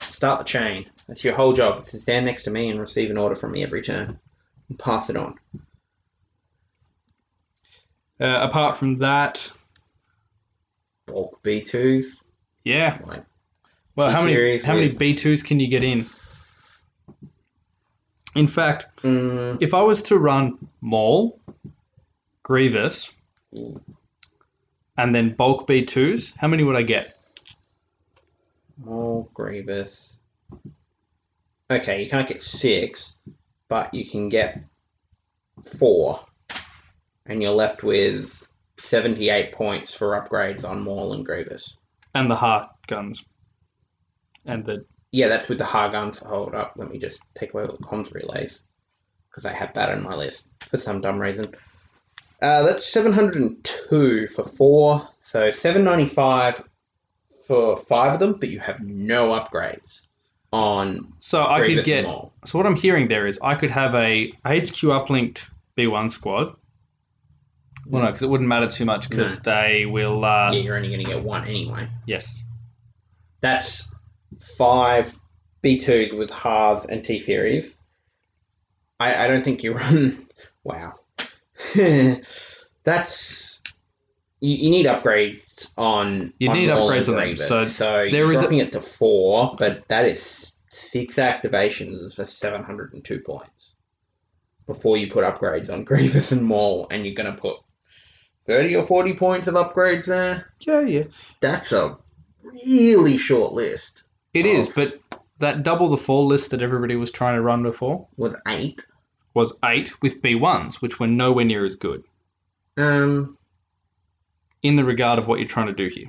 Speaker 3: Start the chain. That's your whole job. It's to stand next to me and receive an order from me every turn. And pass it on.
Speaker 4: Uh, apart from that,
Speaker 3: Bulk B2s.
Speaker 4: yeah.
Speaker 3: Like,
Speaker 4: Well,
Speaker 3: Two
Speaker 4: how many
Speaker 3: series
Speaker 4: how many
Speaker 3: with-
Speaker 4: B twos can you get in? In fact,
Speaker 3: mm,
Speaker 4: if I was to run Maul, Grievous, and then bulk B twos, how many would I get?
Speaker 3: Maul, Grievous. Okay, you can't get six, but you can get four. And you're left with 78 points for upgrades on Maul and Grievous.
Speaker 4: And the heart guns, and the
Speaker 3: Yeah, that's with the Harguns. Hold up, let me just take away all the comms relays. Because I have that on my list for some dumb reason. Uh, that's 702 for four. So 795 for five of them, but you have no upgrades on
Speaker 4: so I
Speaker 3: Grievous
Speaker 4: could get
Speaker 3: and Maul.
Speaker 4: So what I'm hearing there is I could have a HQ uplinked B1 squad. Well, no, because it wouldn't matter too much because they will. Uh,
Speaker 3: Mm. yeah, you're only going to get one anyway.
Speaker 4: Yes.
Speaker 3: That's five B2s with halves and T series. I, I don't think you <laughs> run. Wow. <laughs> That's. You, you need upgrades on.
Speaker 4: You
Speaker 3: on
Speaker 4: need
Speaker 3: Maul
Speaker 4: upgrades
Speaker 3: and
Speaker 4: on them,
Speaker 3: Grievous.
Speaker 4: so
Speaker 3: so
Speaker 4: there
Speaker 3: you're
Speaker 4: is a-
Speaker 3: dropping it to four, but that is six activations for 702 points before you put upgrades on <laughs> Grievous and Maul, and you're going to put 30 or 40 points of upgrades there.
Speaker 4: Yeah, yeah.
Speaker 3: That's a really short list.
Speaker 4: It is,
Speaker 3: Oh.
Speaker 4: but that double the fall list that everybody was trying to run before
Speaker 3: With eight.
Speaker 4: was eight with B1s, which were nowhere near as good
Speaker 3: Um,
Speaker 4: in the regard of what you're trying to do here.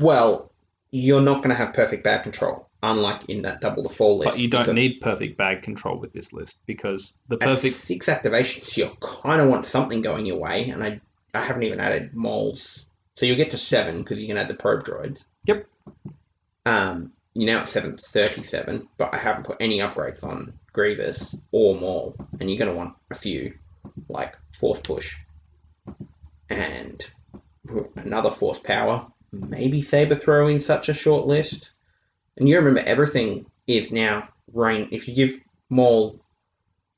Speaker 3: well, you're not going to have perfect bad control, unlike in that double the four list.
Speaker 4: But you don't
Speaker 3: because
Speaker 4: need perfect bag control with this list because the
Speaker 3: at
Speaker 4: perfect.
Speaker 3: six activations. You kind of want something going your way, and I I haven't even added moles, so you'll get to seven because you can add the probe droids.
Speaker 4: Yep.
Speaker 3: Um, you're now at seven thirty-seven, but I haven't put any upgrades on Grievous or Maul, and you're going to want a few, like Force Push, and another Force Power, maybe Saber Throw in such a short list. And you remember everything is now range. If you give Maul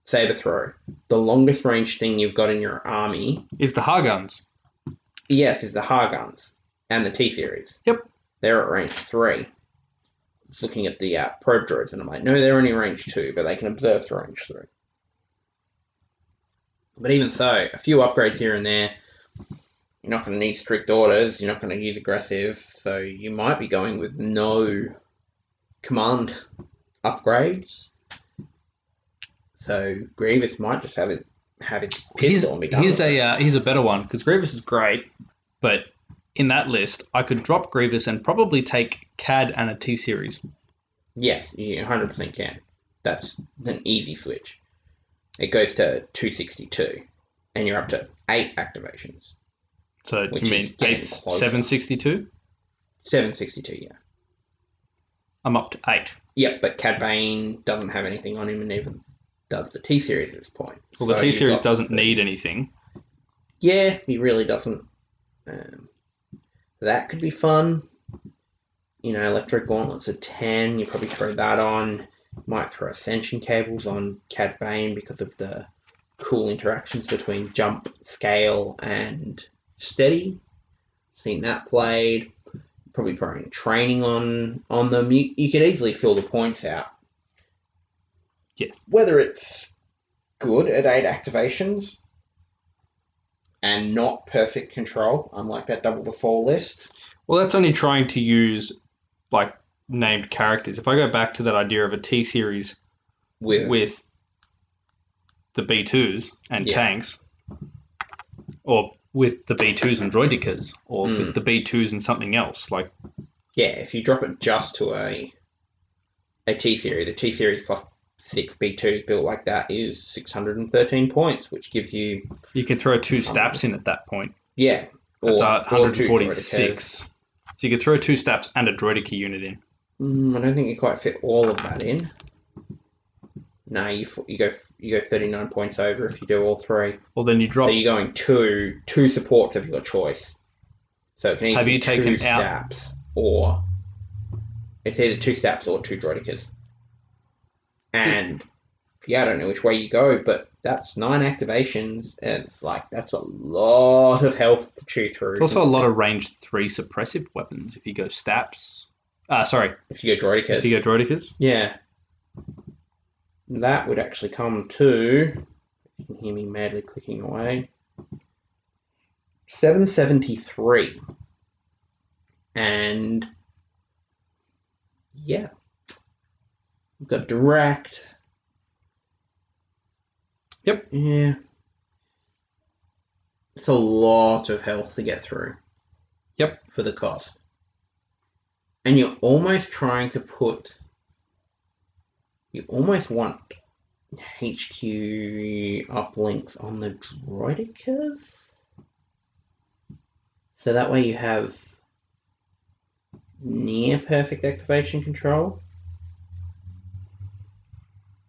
Speaker 3: saber throw, the longest range thing you've got in your army,
Speaker 4: Is the Harguns.
Speaker 3: yes, E is the Harguns and the T series.
Speaker 4: Yep.
Speaker 3: They're at range three. Just looking at the uh, probe droids, and I'm like, no, they're only range two, but they can observe through range three. But even so, a few upgrades here and there. You're not going to need strict orders. You're not going to use aggressive, so you might be going with no command upgrades. So Grievous might just have his have his
Speaker 4: Here's,
Speaker 3: pistol and be done
Speaker 4: here's
Speaker 3: with it.
Speaker 4: a uh, here's a better one because Grievous is great, but in that list I could drop Grievous and probably take Cad and a T series.
Speaker 3: Yes, you 100% can. That's an easy switch. It goes to 262, and you're up to eight activations.
Speaker 4: So
Speaker 3: Which
Speaker 4: you
Speaker 3: is
Speaker 4: mean
Speaker 3: getting
Speaker 4: eight
Speaker 3: closer.
Speaker 4: seven sixty two?
Speaker 3: 762, yeah.
Speaker 4: I'm up to eight.
Speaker 3: Yep, but Cad Bane doesn't have anything on him, and even does the T series at this point.
Speaker 4: Well, the
Speaker 3: So
Speaker 4: T
Speaker 3: you've
Speaker 4: series
Speaker 3: got-
Speaker 4: doesn't need anything.
Speaker 3: Yeah, he really doesn't. Um, that could be fun. You know, electric gauntlets at 10, you probably throw that on. Might throw ascension cables on Cad Bane because of the cool interactions between jump, scale, and steady. Seen that played. Probably throwing training on on them. You, you could easily fill the points out
Speaker 4: Yes.
Speaker 3: whether it's good at eight activations and not perfect control, unlike that double the fall list.
Speaker 4: Well, that's only trying to use like named characters. If I go back to that idea of a T series
Speaker 3: With,
Speaker 4: with the B twos and
Speaker 3: Yeah.
Speaker 4: tanks, or with the B2s and droidicas, or with the B2s and something else. Like,
Speaker 3: Yeah, if you drop it just to a a T series, a T series plus six B twos built like that is six hundred and thirteen points, which gives you
Speaker 4: you can throw two stabs in at that point.
Speaker 3: yeah,
Speaker 4: That's
Speaker 3: or-
Speaker 4: uh
Speaker 3: or two
Speaker 4: 146. So you could throw two stabs and a droidica unit in.
Speaker 3: droidicas. Mm, I don't think you quite fit all of that in. No, you f- you go you go thirty nine points over if you do all three.
Speaker 4: Well, then you drop.
Speaker 3: So you're going two two supports of your choice. So it can either
Speaker 4: Have
Speaker 3: be
Speaker 4: you taken
Speaker 3: two
Speaker 4: out-
Speaker 3: staps or it's either two staps or two droidicas. And yeah, I don't know which way you go, but that's nine activations, and it's like that's a lot of health to chew through.
Speaker 4: It's also a lot of range three suppressive weapons if you go stabs. Uh, sorry,
Speaker 3: if you go droidicas.
Speaker 4: if you go droidicas.
Speaker 3: Yeah. That would actually come to. You can hear me madly clicking away. 773. And. Yeah. We've got direct.
Speaker 4: Yep.
Speaker 3: Yeah. It's a lot of health to get through
Speaker 4: Yep.
Speaker 3: for the cost. And you're almost trying to put. You almost want HQ uplinks on the droidicas. So that way you have near perfect activation control.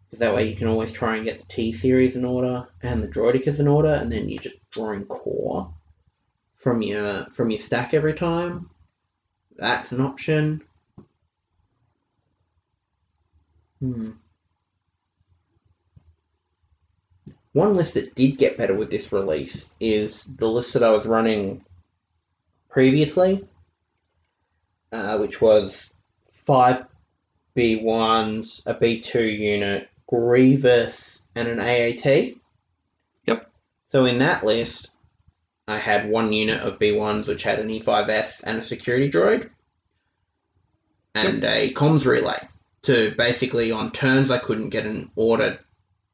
Speaker 3: Because that way you can always try and get the T series in order and the droidicas in order, and then you're just drawing core from your from your stack every time. That's an option. Hmm. One list that did get better with this release is the list that I was running previously, uh, which was five B1s, a B2 unit, Grievous, and an AAT.
Speaker 4: Yep.
Speaker 3: So in that list, I had one unit of B1s which had an E5S and a security droid and a comms relay to basically on turns I couldn't get an order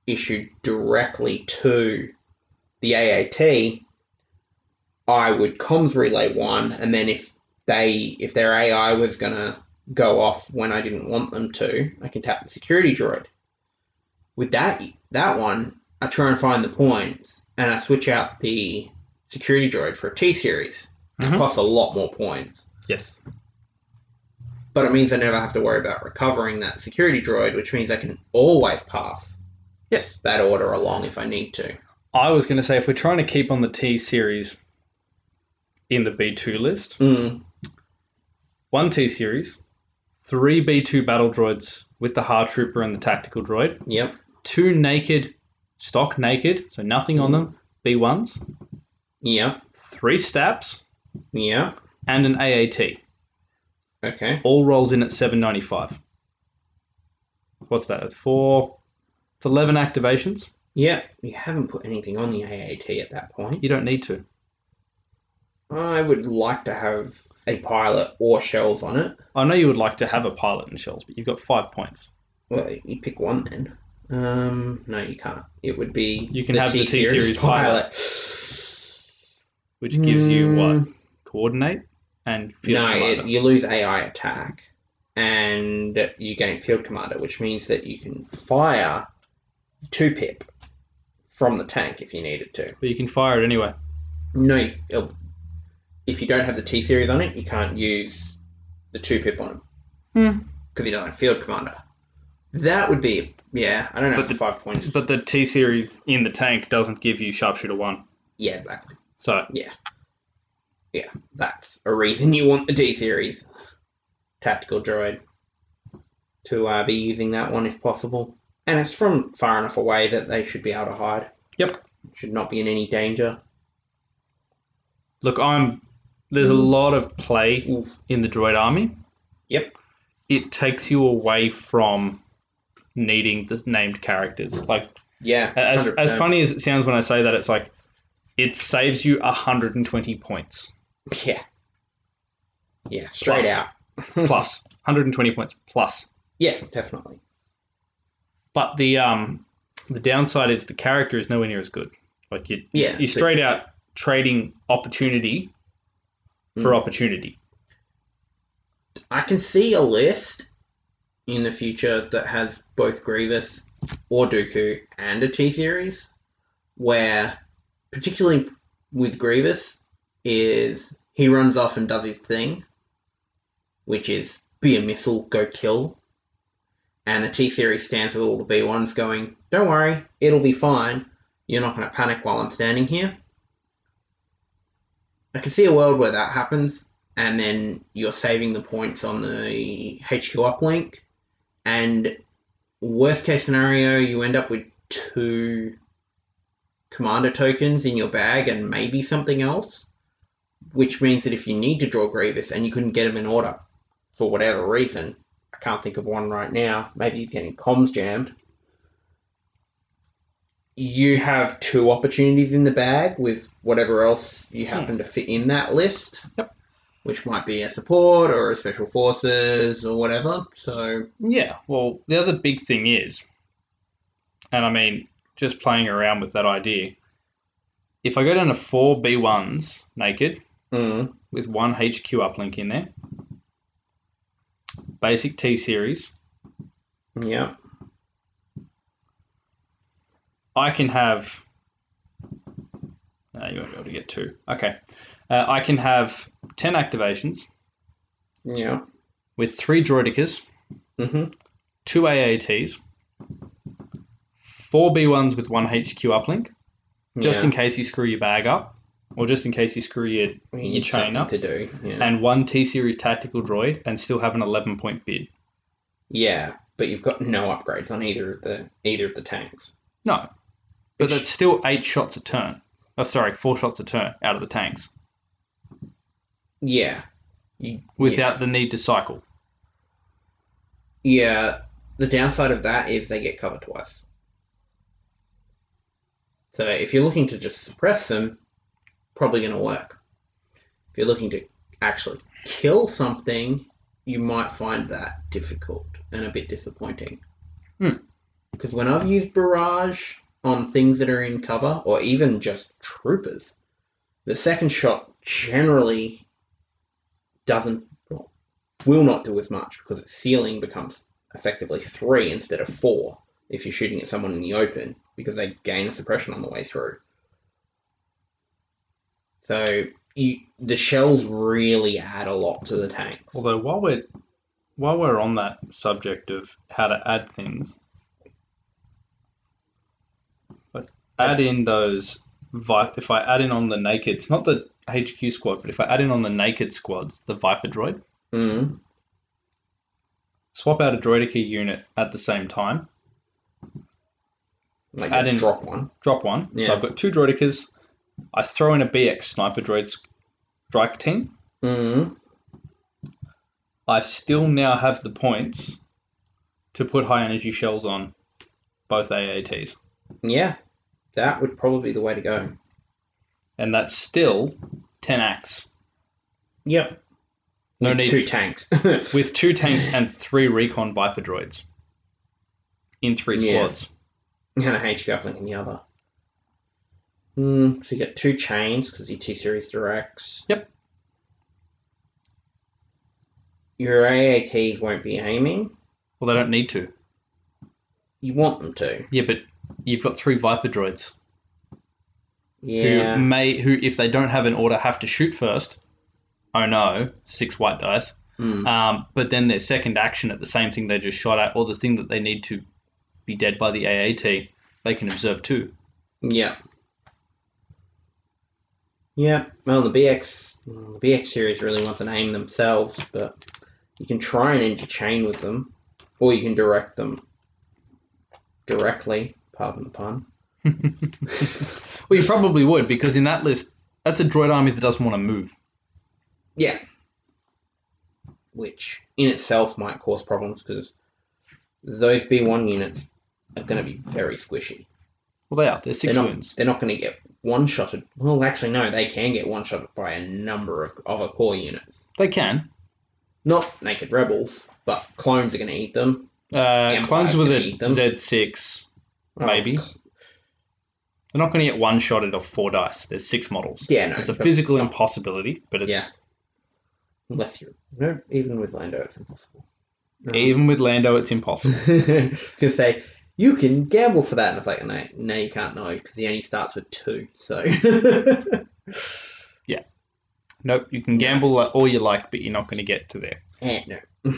Speaker 3: issued directly to the AAT I would comms relay one and then if they if their AI was going to go off when I didn't want them to I can tap the security droid with that that one I try and find the points and I switch out the security droid for a T series. It
Speaker 4: Mhm.
Speaker 3: costs a lot more points,
Speaker 4: Yes.
Speaker 3: but it means I never have to worry about recovering that security droid, which means I can always pass
Speaker 4: Yes.
Speaker 3: that order along if I need to.
Speaker 4: I was going to say if we're trying to keep on the T series in the B2 list,
Speaker 3: Mm,
Speaker 4: one T series, three B2 battle droids with the hard trooper and the tactical droid,
Speaker 3: yep.
Speaker 4: two naked, stock naked, so nothing on them, B1s,
Speaker 3: Yep.
Speaker 4: three stabs,
Speaker 3: Yep.
Speaker 4: and an AAT.
Speaker 3: Okay.
Speaker 4: All rolls in at 795. What's that? That's four. It's 11 activations.
Speaker 3: Yep. You haven't put anything on the AAT at that point.
Speaker 4: You don't need to.
Speaker 3: I would like to have a pilot or shells on it.
Speaker 4: I know you would like to have a pilot in shells, but you've got five points.
Speaker 3: Well, you pick one then. Um, no, you can't. It would be
Speaker 4: You can have the T-Series pilot. which gives you what coordinate and field
Speaker 3: no, it-
Speaker 4: commander.
Speaker 3: you lose AI attack, and you gain field commander, which means that you can fire two pip from the tank if you needed to.
Speaker 4: but you can fire it anyway.
Speaker 3: No, you- it'll- if you don't have the T series on it, you can't use the two pip on him
Speaker 4: Hmm.
Speaker 3: because you don't have field commander. That would be yeah. I don't know.
Speaker 4: But
Speaker 3: if
Speaker 4: the-
Speaker 3: five points.
Speaker 4: But the T series in the tank doesn't give you sharpshooter one.
Speaker 3: Yeah, exactly.
Speaker 4: So
Speaker 3: Yeah, that's a reason you want the D series tactical droid to uh, be using that one if possible, and it's from far enough away that they should be able to hide.
Speaker 4: Yep.
Speaker 3: should not be in any danger.
Speaker 4: look, I'm there's a lot of play
Speaker 3: Hmm. Oof.
Speaker 4: in the droid army.
Speaker 3: Yep.
Speaker 4: It takes you away from needing the named characters. Like
Speaker 3: Yeah,
Speaker 4: as as
Speaker 3: 100%.
Speaker 4: funny as it sounds when I say that, it's like it saves you 120 points
Speaker 3: Yeah, yeah, straight
Speaker 4: Plus.
Speaker 3: out. Hmm.
Speaker 4: plus 120 points plus.
Speaker 3: Yeah, definitely.
Speaker 4: but the um the downside is the character is nowhere near as good. Like you,
Speaker 3: Yeah,
Speaker 4: you
Speaker 3: so-
Speaker 4: straight out
Speaker 6: trading opportunity for
Speaker 3: Hmm.
Speaker 6: opportunity.
Speaker 3: I can see a list in the future that has both Grievous or Dooku and a T series, where particularly with Grievous is he runs off and does his thing, which is be a missile, go kill. And the T series stands with all the B ones going, Don't worry, it'll be fine. You're not gonna panic while I'm standing here. I can see a world where that happens, and then you're saving the points on the HQ uplink. And worst case scenario, you end up with two commander tokens in your bag and maybe something else, which means that if you need to draw Grievous and you couldn't get him in order for whatever reason, I can't think of one right now, maybe he's getting comms jammed. You have two opportunities in the bag with whatever else you happen to fit in that list which might be a support or a special forces or whatever. So
Speaker 4: Yeah, well, the other big thing is, and I mean, just playing around with that idea, if I go down to four B1s naked
Speaker 3: mm,
Speaker 4: with one HQ uplink in there, basic T series,
Speaker 3: yeah,
Speaker 4: I can have. No, you won't be able to get two. Okay. Uh, I can have 10 activations
Speaker 3: yeah,
Speaker 4: with three droidicas,
Speaker 3: hmm
Speaker 4: two AATs, four B1s with one HQ uplink, just in case you screw your bag up, or just in case you screw your,
Speaker 3: you
Speaker 4: your chain up,
Speaker 3: to do. Yeah.
Speaker 4: and one T series tactical droid and still have an 11 point bid.
Speaker 3: yeah, but you've got no upgrades on either of the either of the tanks.
Speaker 4: No. But
Speaker 3: Ish.
Speaker 4: that's still eight shots a turn. Oh, sorry, four shots a turn out of the tanks
Speaker 3: Yeah, You-
Speaker 4: without the need to cycle.
Speaker 3: yeah. The downside of that is they get covered twice. So if you're looking to just suppress them, probably going to work. If you're looking to actually kill something, you might find that difficult and a bit disappointing.
Speaker 4: Hmm.
Speaker 3: Because when I've used barrage on things that are in cover, or even just troopers, the second shot generally doesn't, well, will not do as much because its ceiling becomes effectively three instead of four if you're shooting at someone in the open because they gain a suppression on the way through. So you, the shells really add a lot to the tanks.
Speaker 4: Although while we're while we're on that subject of how to add things, let's add in those. Vi- if I add in on the nakeds, not the HQ squad, but if I add in on the naked squads, the Viper droid,
Speaker 3: Mm,
Speaker 4: swap out a droidica unit at the same time,
Speaker 3: like
Speaker 4: Add
Speaker 3: you
Speaker 4: in-
Speaker 3: drop one.
Speaker 4: drop one.
Speaker 3: Yeah.
Speaker 4: So I've got two droidicas. I throw in a BX sniper droid strike team.
Speaker 3: Mm,
Speaker 4: I still now have the points to put high energy shells on both AATs.
Speaker 3: yeah, that would probably be the way to go.
Speaker 4: and that's still 10 acts
Speaker 3: Yep.
Speaker 4: No
Speaker 3: With
Speaker 4: need-
Speaker 3: two tanks. <laughs>
Speaker 4: with two tanks and three recon Viper droids in three
Speaker 3: Yeah.
Speaker 4: squads.
Speaker 3: and a HQ uplink in the other. Mm, so you get two chains because your T series directs.
Speaker 4: Yep.
Speaker 3: Your AATs won't be aiming.
Speaker 4: Well, they don't need to.
Speaker 3: You want them to.
Speaker 4: Yeah, but you've got three Viper droids
Speaker 3: Yeah.
Speaker 4: who may, who if they don't have an order, have to shoot first. Oh no, six white dice.
Speaker 3: Mm.
Speaker 4: Um, but then their second action at the same thing they just shot at, or the thing that they need to be dead by the AAT, they can observe too.
Speaker 3: Yeah. Yeah. Well, the BX, the BX series really want to name themselves, but you can try and interchain with them, or you can direct them directly. Pardon the pun.
Speaker 4: Well, you probably would because in that list, that's a droid army that doesn't want to move.
Speaker 3: Yeah. Which in itself might cause problems because those B1 units are going to be very squishy.
Speaker 4: Well, they are. They're six
Speaker 3: they're not,
Speaker 4: wounds.
Speaker 3: They're not going to get one shotted. Well, actually, no, they can get one shotted by a number of other core units.
Speaker 4: They can,
Speaker 3: not naked rebels, but clones are going to eat them.
Speaker 4: Uh,
Speaker 3: Empire's
Speaker 4: clones with
Speaker 3: gonna
Speaker 4: a
Speaker 3: eat them.
Speaker 4: Z6,
Speaker 3: Oh,
Speaker 4: maybe. They're not going to get one shot at of four dice. There's six models.
Speaker 3: Yeah, no,
Speaker 4: it's a
Speaker 3: but-
Speaker 4: physical impossibility, but it's
Speaker 3: Unless you're no, even with Lando, it's
Speaker 4: <laughs>
Speaker 3: impossible. <laughs> Um,
Speaker 4: even with Lando, it's impossible.
Speaker 3: because they you can gamble for that, and it's like no, no, you can't know because he only starts with two. So <laughs> Eh,
Speaker 4: nope, you can gamble like all you like, but you're not going to get to there.
Speaker 3: and no,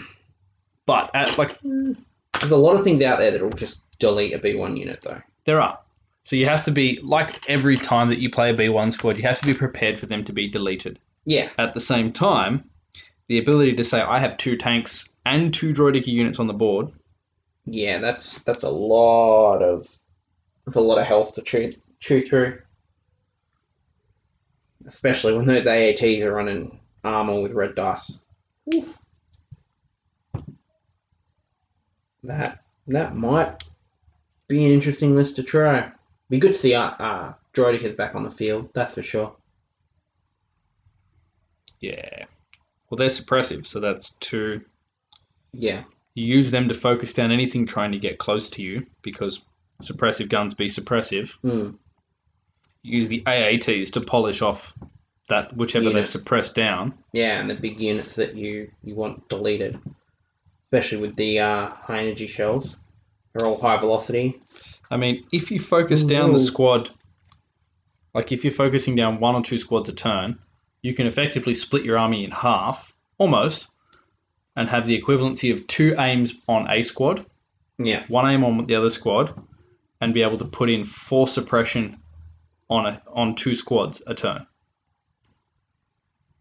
Speaker 4: But at, like
Speaker 3: there's a lot of things out there that'll just delete a B one unit though.
Speaker 4: there are, so you have to be like every time that you play a B1 squad, you have to be prepared for them to be deleted.
Speaker 3: Yeah,
Speaker 4: At the same time, the ability to say I have two tanks and two droidic units on the board
Speaker 3: yeah, that's that's a lot of that's a lot of health to chew chew through, especially when those AATs are running armor with red dice. Oof. That that might be an interesting list to try. Be good to see uh, uh, Droidic is back on the field, that's for sure.
Speaker 4: Yeah. Well, they're suppressive, so that's two.
Speaker 3: Yeah,
Speaker 4: You use them to focus down anything trying to get close to you because suppressive guns be suppressive.
Speaker 3: mm.
Speaker 4: You use the AATs to polish off that whichever
Speaker 3: Yeah.
Speaker 4: they've suppressed down.
Speaker 3: yeah, and the big units that you you want deleted, especially with the uh, high energy shells. They're all high velocity.
Speaker 4: I mean, if you focus down the
Speaker 3: Ooh.
Speaker 4: squad, like if you're focusing down one or two squads a turn, you can effectively split your army in half, almost, and have the equivalency of two aims on a squad
Speaker 3: Yeah.
Speaker 4: one aim on the other squad and be able to put in four suppression on a, on two squads a turn.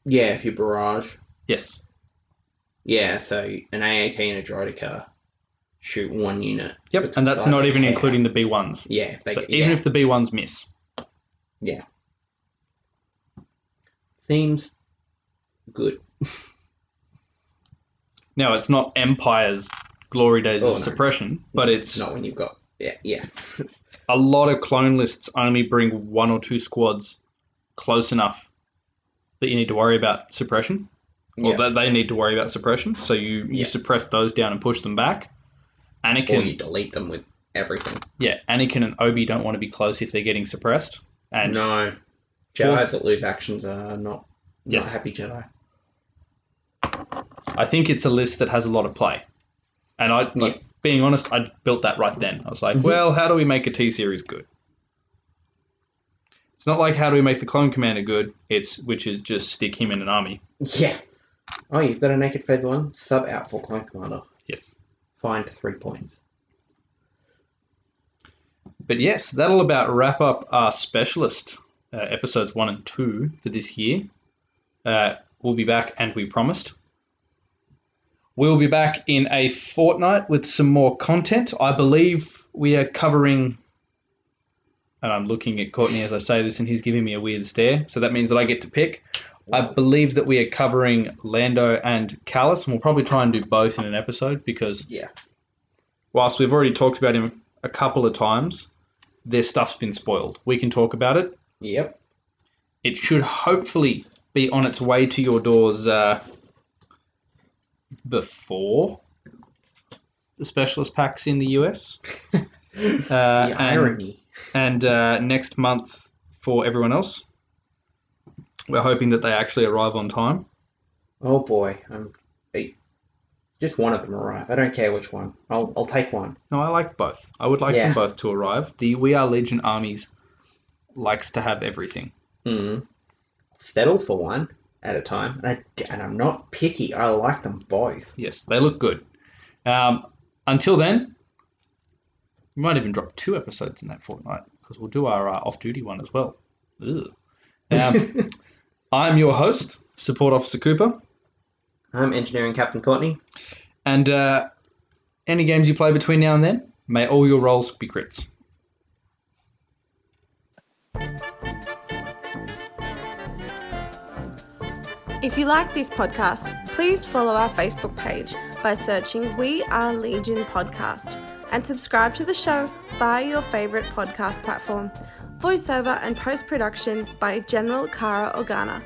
Speaker 3: Yeah, if you barrage.
Speaker 4: Yes.
Speaker 3: Yeah, so an AAT and a Droidica shoot one unit.
Speaker 4: Yep. And that's
Speaker 3: Right,
Speaker 4: not even
Speaker 3: yeah.
Speaker 4: including the B1s.
Speaker 3: Yeah, if they
Speaker 4: So
Speaker 3: get,
Speaker 4: even
Speaker 3: yeah.
Speaker 4: if the B1s miss.
Speaker 3: seems good.
Speaker 4: Now, it's not Empire's glory days
Speaker 3: Oh,
Speaker 4: of
Speaker 3: no.
Speaker 4: suppression, but it's
Speaker 3: Not when you've got yeah, yeah. <laughs>
Speaker 4: a lot of clone lists only bring one or two squads close enough that you need to worry about suppression. Or
Speaker 3: Yeah.
Speaker 4: that they need to worry about suppression. So you, you
Speaker 3: Yeah.
Speaker 4: suppress those down and push them back. Anakin
Speaker 3: Or you delete them with everything.
Speaker 4: Yeah, Anakin and Obi don't want to be close if they're getting suppressed. And
Speaker 3: no. Jedi's that lose actions are not
Speaker 4: Yes.
Speaker 3: not happy Jedi. <laughs>
Speaker 4: I think it's a list that has a lot of play. And I, like, being honest, I built that right then. I was like,
Speaker 3: Mhm.
Speaker 4: well, how do we make a T series good? It's not like how do we make the clone commander good. It's which is just stick him in an army.
Speaker 3: Yeah. Oh, you've got a naked phase one, sub out for clone commander.
Speaker 4: Yes.
Speaker 3: Find three points.
Speaker 4: But yes, that'll about wrap up our specialist uh, episodes one and two for this year. Uh, we'll be back, and we promised. We'll be back in a fortnight with some more content. I believe we are covering, and I'm looking at Courtney as I say this, and he's giving me a weird stare. So that means that I get to pick. I believe that we are covering Lando and Callus, and we'll probably try and do both in an episode because
Speaker 3: Yeah.
Speaker 4: whilst we've already talked about him a couple of times, their stuff's been spoiled. We can talk about it.
Speaker 3: Yep.
Speaker 4: It should hopefully be on its way to your doors uh, before the specialist packs in the
Speaker 3: <laughs>
Speaker 4: US. Uh,
Speaker 3: the
Speaker 4: and
Speaker 3: irony.
Speaker 4: and uh, next month for everyone else. We're hoping that they actually arrive on time.
Speaker 3: Oh boy, I'm I- just one of them arrive. I don't care which one. I'll I'll take one.
Speaker 4: No, I like both. I would like them
Speaker 3: Yeah.
Speaker 4: both to arrive. The We Are Legion Armies likes to have everything.
Speaker 3: Mm. Settle for one at a time, and, I, and I'm not picky. I like them both.
Speaker 4: Yes, they look good. Um, until then, we might even drop two episodes in that fortnight because we'll do our uh, off-duty one as well. Ew. Um, I'm your host, Support Officer Cooper,
Speaker 3: I'm Um, engineering Captain Courtney.
Speaker 4: and uh, any games you play between now and then, may all your rolls be crits.
Speaker 1: If you like this podcast, please follow our Facebook page by searching We Are Legion Podcast and subscribe to the show via your favourite podcast platform. Voiceover and post production by General Kara Organa.